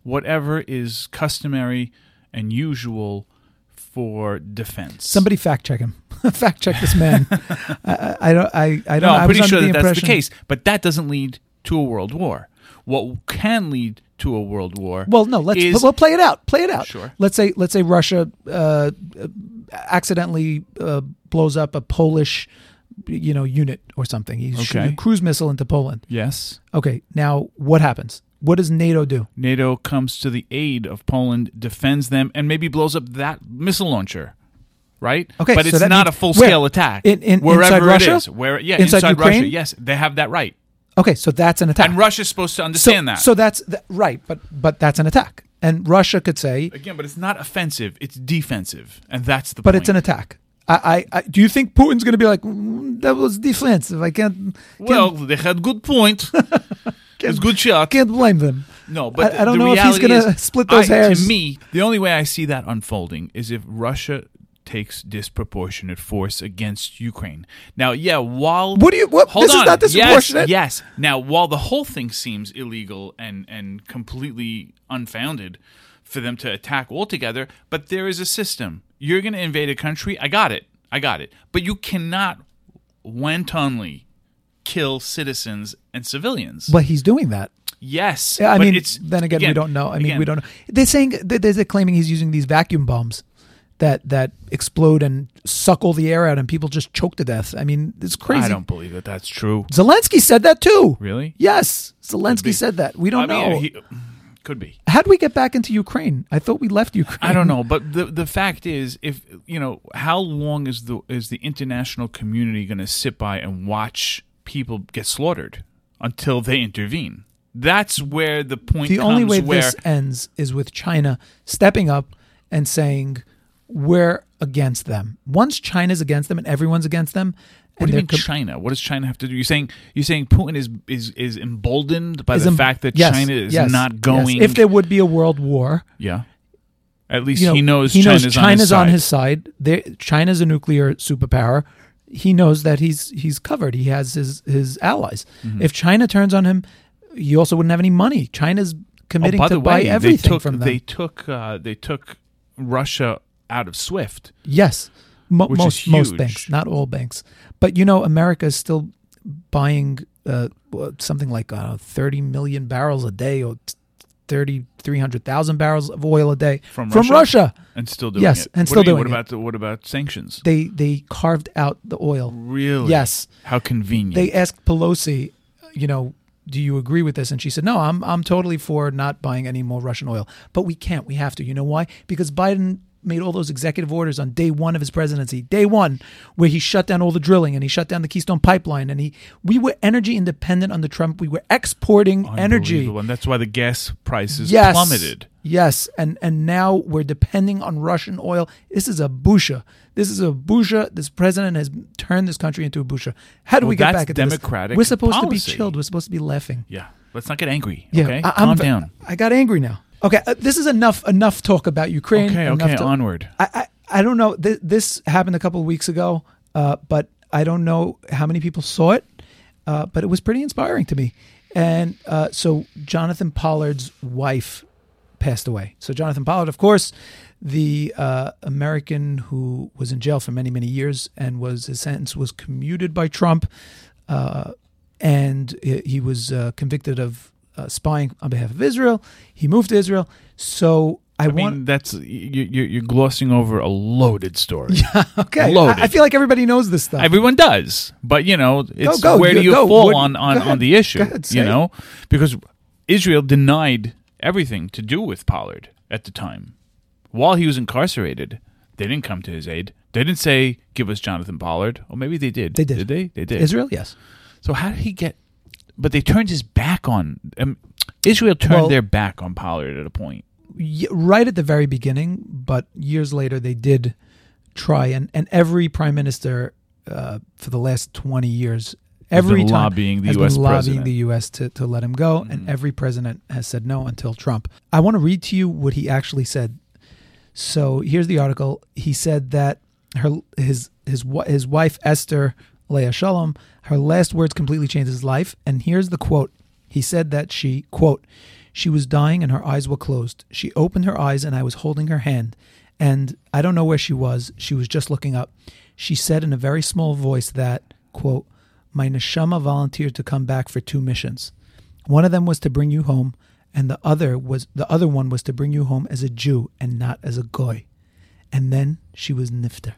A: whatever is customary and usual for defense.
B: Somebody fact check him. fact check this man. I, I, I don't. I, I don't.
A: no,
B: I
A: I'm
B: was
A: pretty
B: under
A: sure that that's the
B: impression-
A: case, but that doesn't lead to a world war. What can lead to a world war?
B: Well, no. Let's
A: is-
B: well play it out. Play it out.
A: Sure.
B: Let's say let's say Russia uh, accidentally uh, blows up a Polish, you know, unit or something. He shoots
A: Okay.
B: a cruise missile into Poland.
A: yes,
B: Okay. Now what happens? What does NATO do?
A: NATO comes to the aid of Poland, defends them, and maybe blows up that missile launcher. Right.
B: Okay,
A: but
B: so
A: it's
B: that
A: not a
B: means-
A: full scale
B: where?
A: attack.
B: In- in-
A: wherever
B: inside
A: it
B: Russia?
A: is, where yeah,
B: Inside
A: inside, Russia.
B: Ukraine?
A: Yes, they have that right.
B: Okay, so that's an attack.
A: And Russia's supposed to
B: so,
A: understand that.
B: So that's th- right, but but that's an attack. And Russia could say,
A: Again, but it's not offensive; it's defensive, and that's the.
B: but
A: point.
B: it's an attack. I, I, I do you think Putin's going to be like "Mm, that was defensive? I can't can't,
A: well. They had good point. it's good shot.
B: can't blame them.
A: No, but
B: I- I
A: the-
B: don't
A: the
B: know if he's
A: reality
B: gonna
A: is,
B: split those
A: I-
B: hairs.
A: To me, the only way I see that unfolding is if Russia takes disproportionate force against Ukraine. Now, yeah, while
B: What do you- what-
A: Hold
B: this is
A: on.
B: not disproportionate.
A: Yes, yes. Now, while the whole thing seems illegal and and completely unfounded for them to attack altogether, but there is a system. You're going to invade a country. I got it. I got it. But you cannot wantonly kill citizens and civilians.
B: But he's doing that.
A: Yes.
B: Yeah, I
A: but
B: mean,
A: it's,
B: then again, we don't know. I mean,
A: again,
B: we don't know. They're saying they're, they're claiming he's using these vacuum bombs that that explode and suck all the air out, and people just choke to death. I mean, it's crazy.
A: I don't believe that that's true.
B: Zelensky said that too.
A: Really?
B: Yes, Zelensky
A: be.
B: said that. We don't
A: I
B: know.
A: mean, he, could be.
B: How'd we get back into Ukraine? I thought we left Ukraine.
A: I don't know, but the the fact is, if you know, how long is the is the international community going to sit by and watch people get slaughtered until they intervene? That's where the point.
B: The only
A: comes
B: way
A: where,
B: this ends is with China stepping up and saying we're against them. Once China's against them and everyone's against them,
A: What
B: and
A: do you
B: they're
A: mean
B: com-
A: China? What does China have to do? You're saying you're saying Putin is is is emboldened by
B: is
A: the
B: em-
A: fact that
B: yes,
A: China is
B: yes,
A: not
B: yes.
A: going.
B: If there would be a world war,
A: yeah, at least
B: you know,
A: he knows
B: he
A: China's,
B: knows
A: on his
B: China's on
A: side.
B: his side. There, China's a nuclear superpower. He knows that he's he's covered. He has his his allies.
A: Mm-hmm.
B: If China turns on him, he also wouldn't have any money. China's committing
A: oh, by
B: to
A: the
B: buy
A: way,
B: everything
A: they took,
B: from them.
A: They took uh, they took Russia out of SWIFT.
B: Yes, Mo-
A: Which is
B: most most
A: huge.
B: banks, not all banks, but you know, America is still buying uh, what- something like uh, thirty million barrels a day or t- 30, 300,000 barrels of oil a day
A: From
B: Russia.
A: Russia? And still doing
B: Yes,
A: it.
B: and
A: What
B: still
A: do you-
B: doing
A: what
B: it.
A: about the, what about sanctions?
B: They they carved out the oil.
A: really?
B: Yes.
A: How convenient.
B: They asked Pelosi, you know, do you agree with this? And she said, no, I'm, I'm totally for not buying any more Russian oil. But we can't. We have to. You know why? Because Biden made all those executive orders on day one of his presidency, day one, where he shut down all the drilling and he shut down the Keystone Pipeline. And he we were energy independent under Trump. We were exporting energy.
A: Unbelievable. And that's why the gas prices
B: Yes.
A: plummeted.
B: Yes, and and now we're depending on Russian oil. This is a busha. This is a busha. This president has turned this country into a busha. How do
A: Well,
B: we get
A: that's
B: back at this?
A: democratic
B: We're supposed to
A: policy.
B: be chilled. We're supposed to be laughing.
A: Yeah. Let's not get angry.
B: Yeah,
A: okay.
B: I- I'm
A: Calm
B: ve-
A: down.
B: I got angry now. Okay, uh, this is enough. Enough talk about Ukraine.
A: Okay.
B: enough
A: Okay.
B: to-
A: onward.
B: I, I I don't know. Th- this happened a couple of weeks ago, uh, but I don't know how many people saw it. Uh, but it was pretty inspiring to me. And uh, so Jonathan Pollard's wife passed away. So Jonathan Pollard, of course, the uh, American who was in jail for many many years and was his sentence was commuted by Trump, uh, and he he was uh, convicted of uh, spying on behalf of Israel. He moved to Israel. So I,
A: I mean,
B: want
A: that's you, you, you're glossing over a loaded story.
B: Okay,
A: Loaded.
B: I, I feel like everybody knows this stuff.
A: Everyone does, but you know, it's
B: go,
A: where do
B: you
A: you
B: go.
A: fall
B: What-
A: on on,
B: go ahead.
A: on the issue?
B: Go ahead, say
A: you
B: it.
A: know, because Israel denied everything to do with Pollard at the time, while he was incarcerated. They didn't come to his aid. They didn't say, "Give us Jonathan Pollard." Or maybe they did.
B: They did.
A: they? They did.
B: Israel, yes.
A: So how did he get? But they turned his back on. Um, Israel turned
B: Well-
A: their back on Pollard at a point.
B: Y- right at the very beginning, but years later they did try, and and every prime minister uh, for the last twenty years,
A: Has been
B: every time
A: lobbying the
B: has
A: US
B: been lobbying
A: president. Mm.
B: the U.S. to to let him go, and every president has said no until Trump. I want to read to you what he actually said. So here's the article. He said that her his his wi- his wife Esther Leah Shalom, her last words completely changed his life. And here's the quote. He said that she quote, she was dying and her eyes were closed. She opened her eyes and I was holding her hand, and I don't know where she was. She was just looking up. She said in a very small voice that quote, my neshama volunteered to come back for two missions. One of them was to bring you home, and the other was the other one was to bring you home as a Jew and not as a goy. And then she was nifter.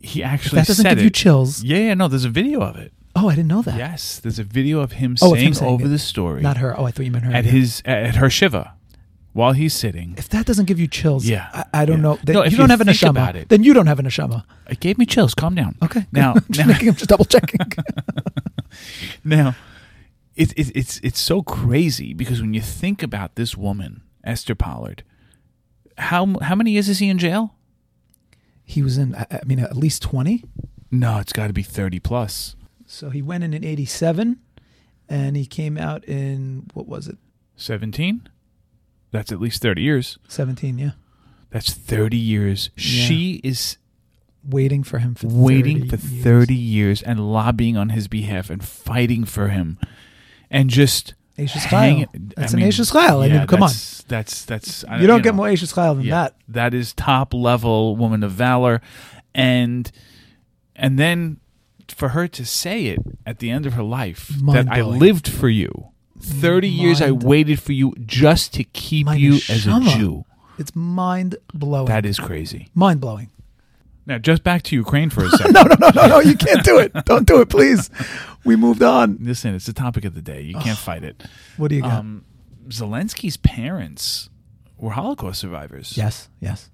A: He actually
B: That doesn't
A: said
B: give you
A: it.
B: chills.
A: Yeah, yeah, no. There's a video of it.
B: Oh, I didn't know that.
A: Yes, there's a video of him,
B: Oh, of
A: saying,
B: him saying
A: over
B: it.
A: the story.
B: Not her. Oh, I thought you meant her.
A: at his at her shiva while he's sitting.
B: if that doesn't give you chills,
A: Yeah.
B: I, I don't
A: Yeah.
B: know. Then
A: No,
B: you,
A: if you
B: don't have an
A: think
B: neshama.
A: about it-
B: Then you don't have an neshama.
A: It gave me chills. Calm down.
B: Okay.
A: Now,
B: just
A: now,
B: making, I'm just double checking.
A: now, it, it, it's it's so crazy because when you think about this woman, Esther Pollard, how how many years is he in jail?
B: he was in. I I mean, at least twenty.
A: No, it's got to be thirty plus.
B: So he went in in '87, and he came out in what was it?
A: Seventeen. That's at least thirty years.
B: Seventeen. Yeah.
A: That's thirty years. She is
B: Waiting for him for
A: waiting
B: 30
A: for
B: years.
A: 30 years and lobbying on his behalf and fighting for him and just
B: Asia
A: hang-
B: style.
A: I
B: That's an
A: mean,
B: Asia style. I
A: yeah,
B: mean, come on.
A: that's, that's that's I
B: You don't get
A: know,
B: more Asia style than
A: yeah,
B: that.
A: that is top level woman of valor and and then for her to say it at the end of her life that I
B: Mind-blowing.
A: lived for you 30 years I
B: Mind-
A: waited for you just to keep
B: My
A: you as a
B: neshama.
A: Jew
B: It's mind blowing.
A: that is crazy
B: mind blowing.
A: now just back to Ukraine for a second
B: No, no, no, no, no. You can't do it. Don't do it, please. We moved on.
A: listen it's the topic of the day you can't fight it
B: What do you got?
A: um, Zelensky's parents were Holocaust survivors.
B: yes, yes.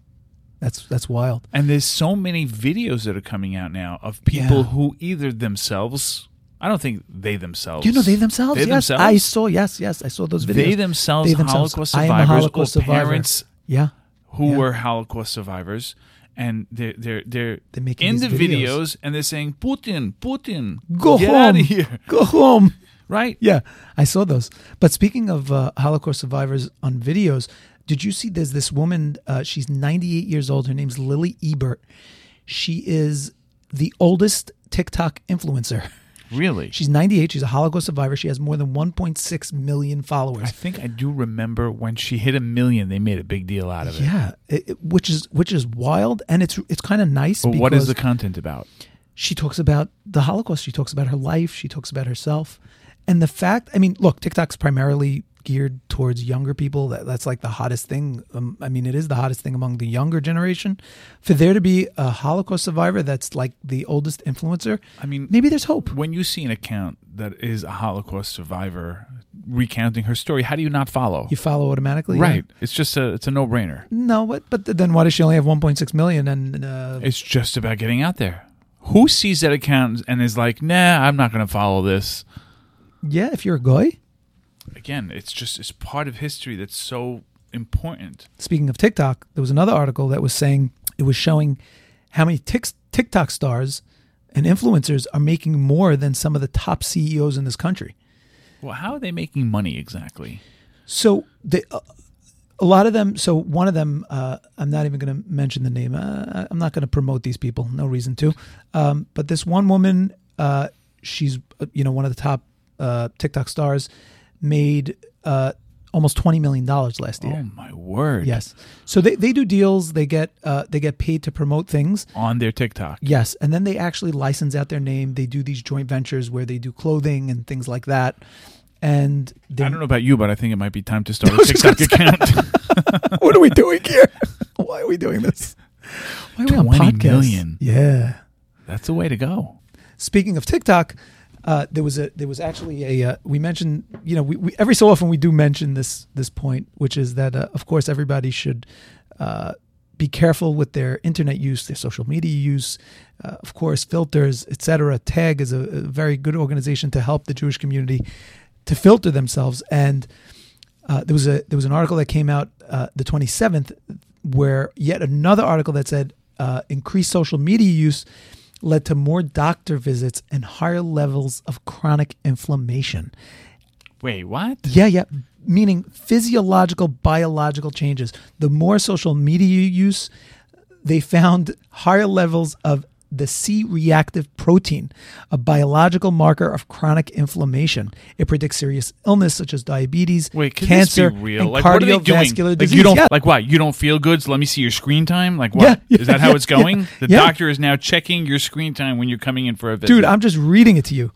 B: That's that's wild.
A: And there's so many videos that are coming out now of people
B: Yeah.
A: who either themselves, I don't think they themselves.
B: You know they themselves.
A: Oh, They
B: yes,
A: themselves?
B: I saw. Yes, yes, I saw those videos.
A: They themselves, Holocaust
B: I am a
A: survivors
B: Holocaust
A: or
B: survivor.
A: parents
B: Yeah,
A: who
B: Yeah.
A: were Holocaust survivors. And they're they're they're,
B: They're making
A: in the
B: these
A: videos.
B: videos.
A: and they're saying Putin, Putin,
B: go
A: get
B: home.
A: out of here,
B: Go home.
A: right?
B: Yeah, I saw those. But speaking of uh, Holocaust survivors on videos, did you see there's this woman? Uh, she's 98 years old. Her name's Lily Ebert. She is the oldest TikTok influencer.
A: Really?
B: She's 98. She's a Holocaust survivor. She has more than 1.6 million
A: I
B: followers.
A: think I do remember when she hit a million, they made a big deal out of it.
B: Yeah, it, it- which is which is wild, and it's it's kind of nice.
A: But
B: because
A: what is the content about?
B: she talks about the Holocaust. She talks about her life. She talks about herself. And the fact, I mean, look, TikTok's primarily geared towards younger people. That, that's like the hottest thing. Um, I mean, it is the hottest thing among the younger generation. For there to be a Holocaust survivor that's like the oldest influencer,
A: I mean,
B: maybe there's hope.
A: when you see an account that is a Holocaust survivor recounting her story, how do you not follow?
B: You follow automatically, yeah. Mm.
A: right. It's just a it's a no brainer.
B: No, but but then why does she only have 1.6 million? And uh,
A: It's just about getting out there. Who sees that account and is like, nah, I'm not going to follow this?
B: yeah, if you're a guy.
A: Again, it's just it's part of history that's so important.
B: speaking of TikTok, there was another article that was saying it was showing how many tics, TikTok stars and influencers are making more than some of the top CEOs in this country.
A: Well, how are they making money exactly?
B: So they, uh, a lot of them. So one of them, uh, I'm not even going to mention the name. Uh, I'm not going to promote these people. No reason to. Um, but this one woman, uh, she's uh, you know one of the top uh, TikTok stars, made uh, almost twenty million dollars last year.
A: Oh my word!
B: Yes. So they, they do deals. They get uh, they get paid to promote things.
A: on their TikTok.
B: Yes, and then they actually license out their name. They do these joint ventures where they do clothing and things like that. And they,
A: I don't know about you, but I think it might be time to start a TikTok account.
B: what are we doing here? Why are we doing this? Why are we on
A: 20
B: podcasts?
A: million.
B: Yeah.
A: That's the way to go.
B: Speaking of TikTok, uh, there was a there was actually a uh, we mentioned you know we, we every so often we do mention this this point which is that uh, of course everybody should uh, be careful with their internet use their social media use uh, of course filters etc tag is a, a very good organization to help the Jewish community to filter themselves and uh, there was a there was an article that came out uh, the 27th where yet another article that said uh, increased social media use led to more doctor visits and higher levels of chronic inflammation.
A: Wait, what?
B: Yeah, yeah, meaning physiological biological changes. The more social media you use, they found higher levels of the C reactive protein, a biological marker of chronic inflammation. It predicts serious illness such as diabetes,
A: Wait, can
B: cancer,
A: this be real?
B: and
A: Like, what are they doing?
B: cardiovascular
A: Like,
B: disease.
A: you don't
B: Yeah.
A: like what? You don't feel good, so let me see your screen time. Like, what?
B: Yeah,
A: Is that how
B: yeah,
A: it's going?
B: yeah,
A: the
B: yeah.
A: doctor is now checking your screen time when you're coming in for a visit.
B: Dude, I'm just reading it to you.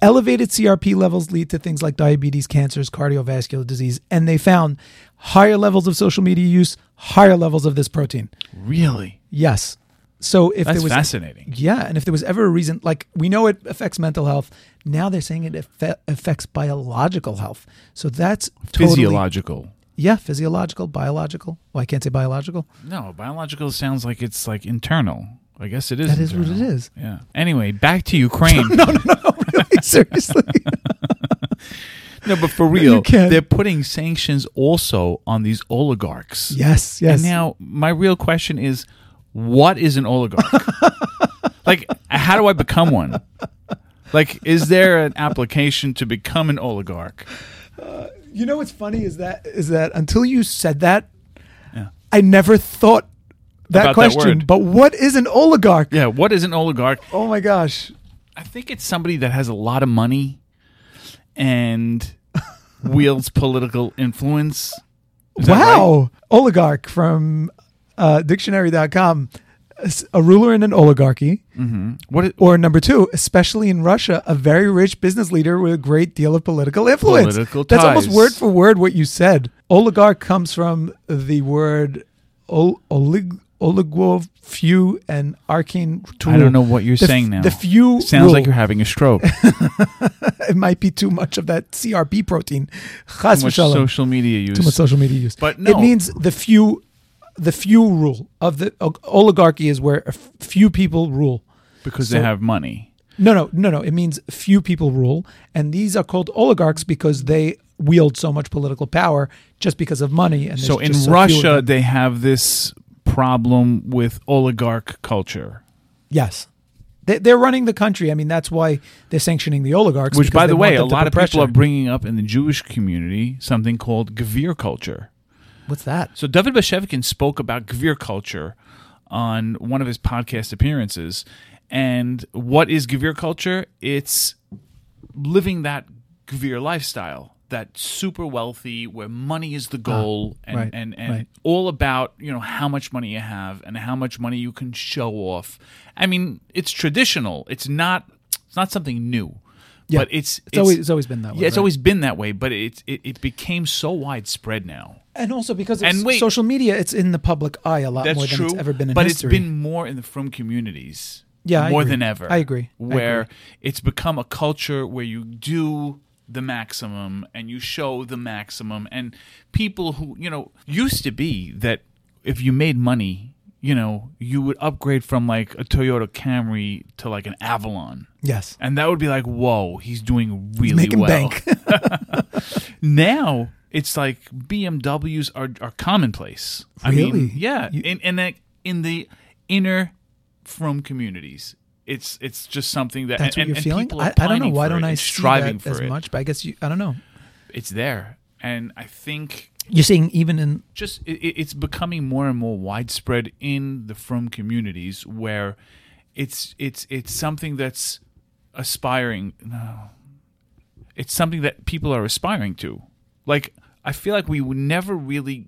B: Elevated CRP levels lead to things like diabetes, cancers, cardiovascular disease, and they found higher levels of social media use, higher levels of this protein.
A: really?
B: Yes. So if
A: That's
B: there was e-,
A: fascinating.
B: yeah, and if there was ever a reason, like we know it affects mental health, now they're saying it affe- affects biological health. So that's totally,
A: Physiological.
B: Yeah, physiological, biological. Well, I can't say biological.
A: No, biological sounds like it's like internal. I guess it is.
B: That is what
A: internal.
B: it is.
A: Yeah. Anyway, back to Ukraine. no,
B: Really, seriously.
A: but for real,
B: can't.
A: they're putting sanctions also on these oligarchs.
B: yes, yes.
A: And now my real question is, what is an oligarch? like, how do I become one? Like, is there an application to become an oligarch?
B: You know what's funny is that is that until you said that,
A: Yeah.
B: I never thought
A: About
B: that
A: that
B: question.
A: word.
B: but what is an oligarch?
A: Yeah, what is an oligarch?
B: Oh my gosh.
A: I think it's somebody that has a lot of money and wields political influence. Is that right?
B: Wow. Oligarch from uh, dictionary.com. S- A ruler in an oligarchy,
A: What is,
B: or number two, especially in Russia, a very rich business leader with a great deal of political influence.
A: Political
B: That's almost
A: ties.
B: word for word what you said. Oligarch comes from the word ol- olig- oligo few and arcane. to
A: I
B: rule.
A: don't know what you're
B: The f-
A: saying now.
B: The few
A: Sounds
B: rule.
A: like you're having a stroke.
B: it might be too much of that CRP protein. Chas
A: Too much
B: v'shalom.
A: social media use.
B: too much social media use.
A: But no.
B: it means the few, the few rule of the o- oligarchy is where a f- few people rule.
A: because
B: so-
A: they have money.
B: No, no, no, no. It means few people rule, and these are called oligarchs because they wield so much political power just because of money. And there's
A: So in
B: just few of
A: Russia,
B: them.
A: they have this problem with oligarch culture.
B: yes. They- They're running the country. I mean, that's why they're sanctioning the oligarchs.
A: Which,
B: because
A: by
B: they
A: the
B: want
A: way, a
B: them to
A: lot
B: put
A: of people
B: pressure.
A: are bringing up in the Jewish community something called Gevir culture.
B: What's that?
A: So David Beshevkin spoke about Gevir culture on one of his podcast appearances. And what is Gevir culture? It's living that Gevir lifestyle, that super wealthy where money is the goal and,
B: Ah, right,
A: and, and
B: right.
A: all about, you know, how much money you have and how much money you can show off. I mean, it's traditional. It's not it's not something new.
B: Yeah.
A: But it's,
B: It's always- it's always been that way,
A: Yeah, it's
B: right?
A: always been that way. But it, it it became so widespread now.
B: And also because it's
A: And wait-
B: social media, it's in the public eye a lot
A: That's
B: more than
A: true.
B: it's ever been in
A: but
B: history.
A: it's been more in the from communities.
B: Yeah, I
A: more
B: agree.
A: than ever.
B: I agree. I
A: Where
B: agree.
A: it's become a culture where you do the maximum and you show the maximum, and people who you know used to be that if you made money, you know, you would upgrade from like a Toyota Camry to like an Avalon.
B: yes.
A: And that would be like, whoa, he's doing really
B: Making
A: well.
B: bank.
A: now it's like BMWs are, are commonplace. I mean,
B: Really?
A: yeah,
B: You-
A: in in that in the inner from communities, it's it's just something that
B: That's
A: and,
B: what
A: and
B: you're feeling.
A: people
B: I,
A: are
B: I don't know
A: pining
B: why
A: for
B: don't
A: it
B: I
A: and
B: see
A: striving
B: that
A: for
B: as
A: it.
B: much, but I guess you, I don't know.
A: It's there, and I think
B: You're seeing even in
A: just it, it's becoming more and more widespread in the from communities where it's it's it's something that's aspiring no it's something that people are aspiring to like i feel like we were never really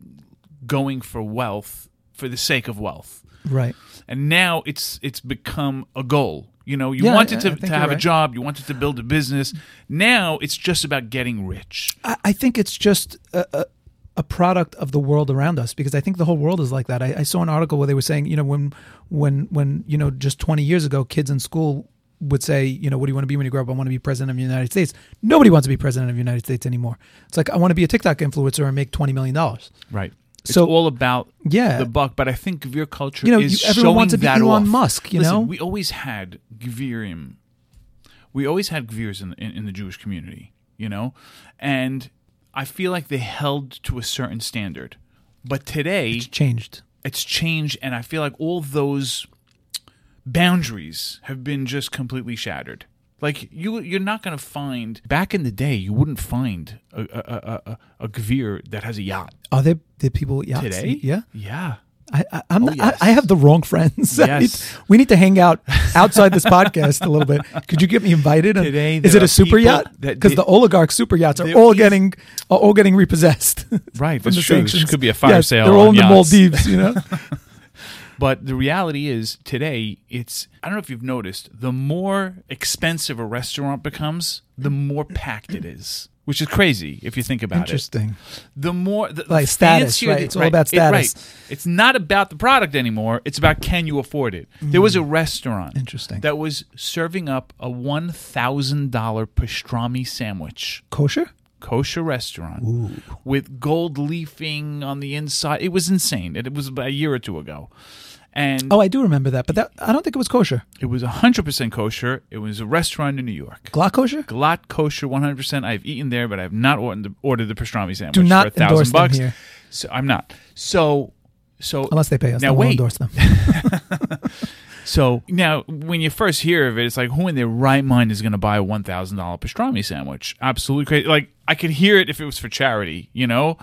A: going for wealth for the sake of wealth
B: right.
A: and now it's it's become a goal you know you
B: Yeah, I-
A: wanted
B: I
A: to,
B: think
A: to
B: you're
A: have
B: right.
A: a job you wanted to build a business now it's just about getting rich
B: I, I think it's just a, a, a product of the world around us because I think the whole world is like that. I, I saw an article where they were saying, you know, when when when you know just 20 years ago, kids in school would say, you know, what do you want to be when you grow up? I want to be president of the United States. Nobody wants to be president of the United States anymore. It's like I want to be a TikTok influencer and make 20 million dollars.
A: Right. It's
B: So-
A: all about
B: Yeah.
A: the buck, but I think Gvir culture
B: You know,
A: is
B: you- everyone
A: showing
B: wants to be
A: that
B: Elon
A: off.
B: Musk, you
A: Listen,
B: know?
A: we always had Gvirim. We always had Gvirs in, in in the Jewish community, you know, and I feel like they held to a certain standard, but today
B: It's changed.
A: it's changed, and I feel like all those boundaries have been just completely shattered. Like you, you're not going to find back in the day. You wouldn't find a a, a, a, a Gvir that has a yacht
B: Are there the people with yachts?
A: today.
B: Yeah.
A: yeah.
B: I, I, I'm not,
A: Oh, yes.
B: I, I have the wrong friends. I need-
A: Yes.
B: we need to hang out outside this podcast a little bit. Could you get me invited? And
A: Today
B: is
A: there
B: it
A: are
B: a super
A: people
B: yacht?
A: that
B: Because
A: did-
B: the oligarch super yachts are
A: There
B: all
A: is-
B: getting are all getting repossessed.
A: Right,
B: from
A: that's
B: the
A: true. This
B: sanctions.
A: could be a fire
B: Yes,
A: sale
B: They're all
A: on
B: in the
A: yachts.
B: Maldives, you know.
A: But the reality is today it's I don't know if you've noticed, the more expensive a restaurant becomes, the more packed it is. Which is crazy if you think about
B: Interesting.
A: it. The more the, the
B: Like status,
A: fancier
B: right?
A: the-
B: It's all about
A: it- right.
B: status.
A: It's not about the product anymore. It's about can you afford it. There was a restaurant
B: Mm. Interesting.
A: that was serving up a one thousand dollar pastrami sandwich.
B: Kosher?
A: kosher restaurant with gold leafing on the inside. It was insane. It, it was about a year or two ago. And
B: Oh, I do remember that, but that I don't think it was kosher.
A: it was 100% kosher. It was a restaurant in New York.
B: Glock kosher?
A: Glot kosher 100%. I've eaten there, but I've not ordered the, ordered the pastrami sandwich
B: Do not
A: for a thousand
B: endorse them
A: bucks.
B: here.
A: So I'm not. So so
B: Unless they pay us,
A: Now
B: then we'll
A: wait.
B: endorse them.
A: So now, when you first hear of it, it's like, who in their right mind is going to buy a one thousand dollar pastrami sandwich? Absolutely crazy. Like I could hear it if it was for charity, you know,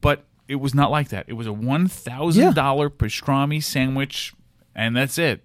A: but it was not like that. It was a one thousand thousand dollar pastrami sandwich, and that's it.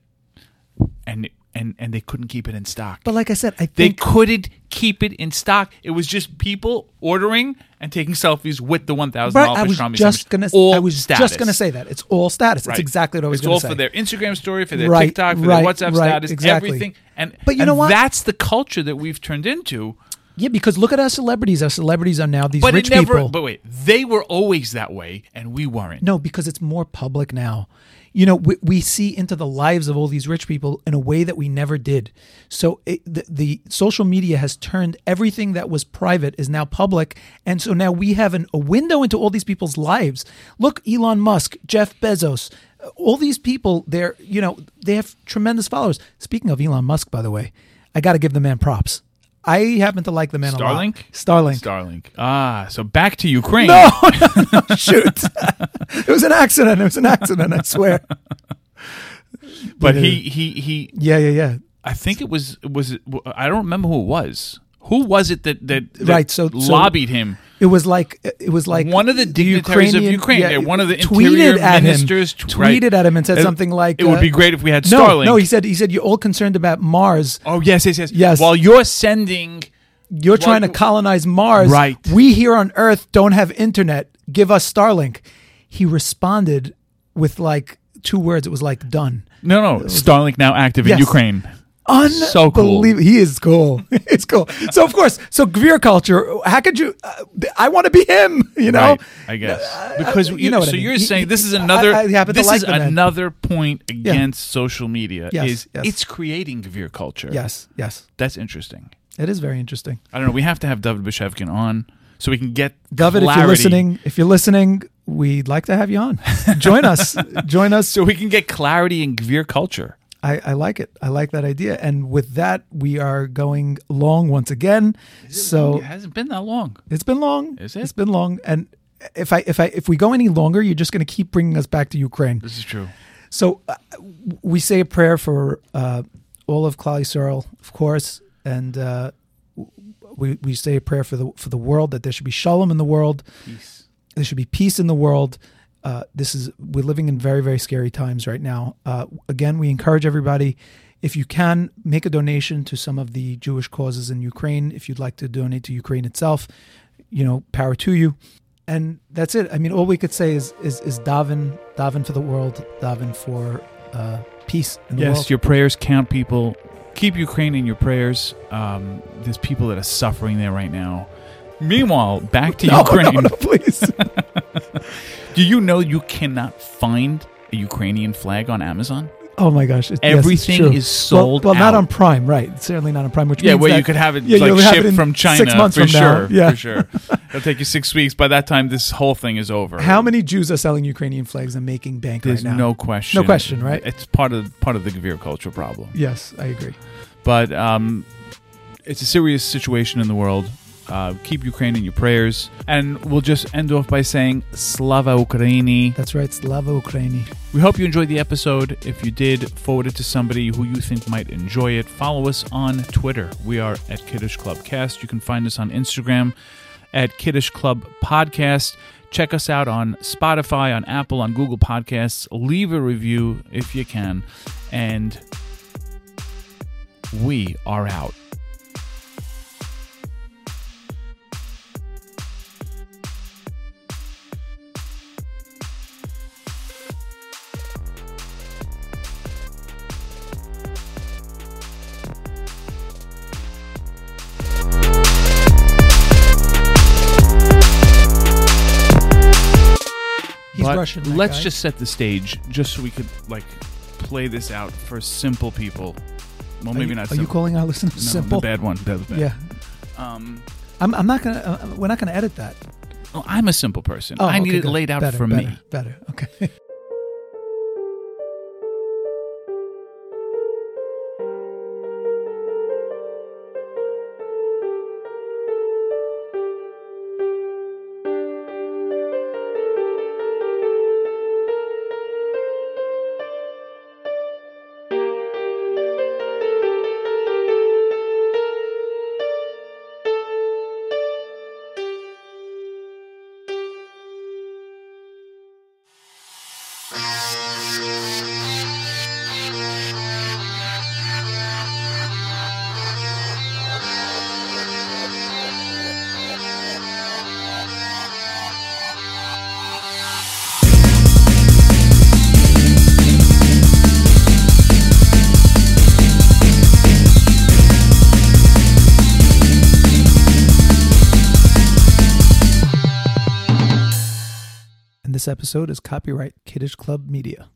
A: And and and they couldn't keep it in stock.
B: But like I said, I
A: they
B: think
A: couldn't keep it in stock. It was just people ordering and taking selfies with the one thousand
B: Right,
A: dollar
B: I was
A: pastrami
B: just gonna
A: sandwich. All
B: I was
A: status.
B: just gonna say that. It's all status. It's
A: Right.
B: exactly what I was
A: It's
B: gonna
A: all
B: say.
A: for their Instagram story, for their
B: Right,
A: TikTok, for
B: right,
A: their WhatsApp
B: right,
A: status,
B: exactly.
A: everything. And
B: But you
A: and
B: know what?
A: That's the culture that we've turned into.
B: Yeah, because look at our celebrities. Our celebrities are now these
A: But it
B: rich
A: never.
B: people.
A: But wait, they were always that way, and we weren't.
B: No, because it's more public now. You know, we, we see into the lives of all these rich people in a way that we never did. So it, the, the social media has turned everything that was private is now public, and so now we have an, a window into all these people's lives. Look, Elon Musk, Jeff Bezos, uh, all these people. They're you know they have tremendous followers. Speaking of Elon Musk, by the way, I got to give the man props. I happen to like the man a lot.
A: Starlink.
B: Starlink.
A: Starlink. Ah, so back to Ukraine.
B: Shoot. it was an accident. It was an accident, I swear.
A: but he he he.
B: Yeah, yeah, yeah.
A: I think it was it was. I don't remember who it was. Who was it that that, that
B: Right, so- so-
A: lobbied him?
B: It was like it was like
A: One of the dignitaries of Ukraine, yeah, one of the interior ministers
B: him,
A: t- right.
B: tweeted at him and said
A: It-
B: something like uh,
A: it would be great if we had
B: no,
A: Starlink.
B: No, he said he said you're all concerned about Mars.
A: Oh yes, yes, yes.
B: Yes.
A: While you're sending
B: You're trying to colonize Mars.
A: Right.
B: We here on Earth don't have internet. Give us Starlink. He responded with like two words. It was like done.
A: no no Starlink now active
B: Yes.
A: in Ukraine.
B: unbelievable.
A: So cool.
B: He is cool. it's cool. So of course, so Greer culture. How could you? Uh, I want to be him. You know. Uh,
A: Right, I guess because you,
B: you know what
A: so
B: I mean.
A: you're
B: He-
A: saying
B: he-
A: this is
B: I-
A: another
B: I happen to
A: this
B: like
A: is
B: the man.
A: another point against social media
B: Yes,
A: is
B: yes.
A: it's creating Gavir culture.
B: Yes. Yes.
A: that's interesting.
B: It is very interesting.
A: I don't know. We have to have David Bishevkin on so we can get
B: David, if you're
A: clarity-
B: listening, if you're listening, we'd like to have you on. Join us. Join us.
A: so we can get clarity in Gavir culture.
B: I, I like it. I like that idea. And with that, we are going long once again. So
A: It hasn't been that long.
B: it's been long.
A: Is it?
B: It's been long. And if I if I if we go any longer, you're just going to keep bringing us back to Ukraine.
A: This is true.
B: So uh, we say a prayer for uh, all of Klal Yisrael, of course, and uh, we we say a prayer for the for the world that there should be shalom in the world
A: Peace.
B: there should be peace in the world. Uh, this is we're living in very very scary times right now. Uh, again, we encourage everybody if you can make a donation to some of the Jewish causes in Ukraine. If you'd like to donate to Ukraine itself, you know, power to you. And that's it. I mean, all we could say is is, is daven daven for the world, daven for uh, peace in the
A: Yes,
B: world.
A: your prayers count, people. Keep Ukraine in your prayers. Um, there's people that are suffering there right now. Meanwhile, back to
B: no,
A: Ukraine.
B: no, no, please.
A: Do you know you cannot find a Ukrainian flag on Amazon?
B: oh my gosh, it- yes, it's
A: Everything
B: true.
A: is sold
B: Well, well not
A: out.
B: on Prime, right? Certainly not on Prime. Which
A: Yeah,
B: means
A: where
B: that-
A: you could have it
B: yeah,
A: like
B: you'll have it
A: shipped
B: in
A: from China
B: six months
A: for
B: from now.
A: sure.
B: Yeah.
A: For sure. It'll take you six weeks. By that time this whole thing is over.
B: How many Jews are selling Ukrainian flags and making bank
A: there's
B: right now?
A: no question.
B: No question, right?
A: It's part of part of the Gavir culture problem.
B: Yes, I agree.
A: But um, it's a serious situation in the world. Uh, keep Ukraine in your prayers. And we'll just end off by saying Slava Ukraini.
B: That's right. Slava Ukraini.
A: We hope you enjoyed the episode. If you did, forward it to somebody who you think might enjoy it. Follow us on Twitter. We are at Kiddish Club Cast. You can find us on Instagram at Kiddish Club Podcast. Check us out on Spotify, on Apple, on Google Podcasts. Leave a review if you can. And we are out.
B: He's
A: But
B: Russian. that
A: Let's
B: guy.
A: just set the stage just so we could like play this out for simple people. Well,
B: Are
A: maybe
B: you,
A: not
B: Are you
A: simple.
B: calling our listeners
A: no,
B: simple?
A: The bad one. That was bad.
B: Yeah.
A: Um,
B: I'm, I'm not gonna. Uh, we're not gonna edit that.
A: Well, Oh, I'm a simple person.
B: Oh,
A: I need
B: okay,
A: it
B: good.
A: laid out
B: better,
A: for
B: better,
A: me.
B: Better. Okay. and this episode is copyright Kiddish Club Media.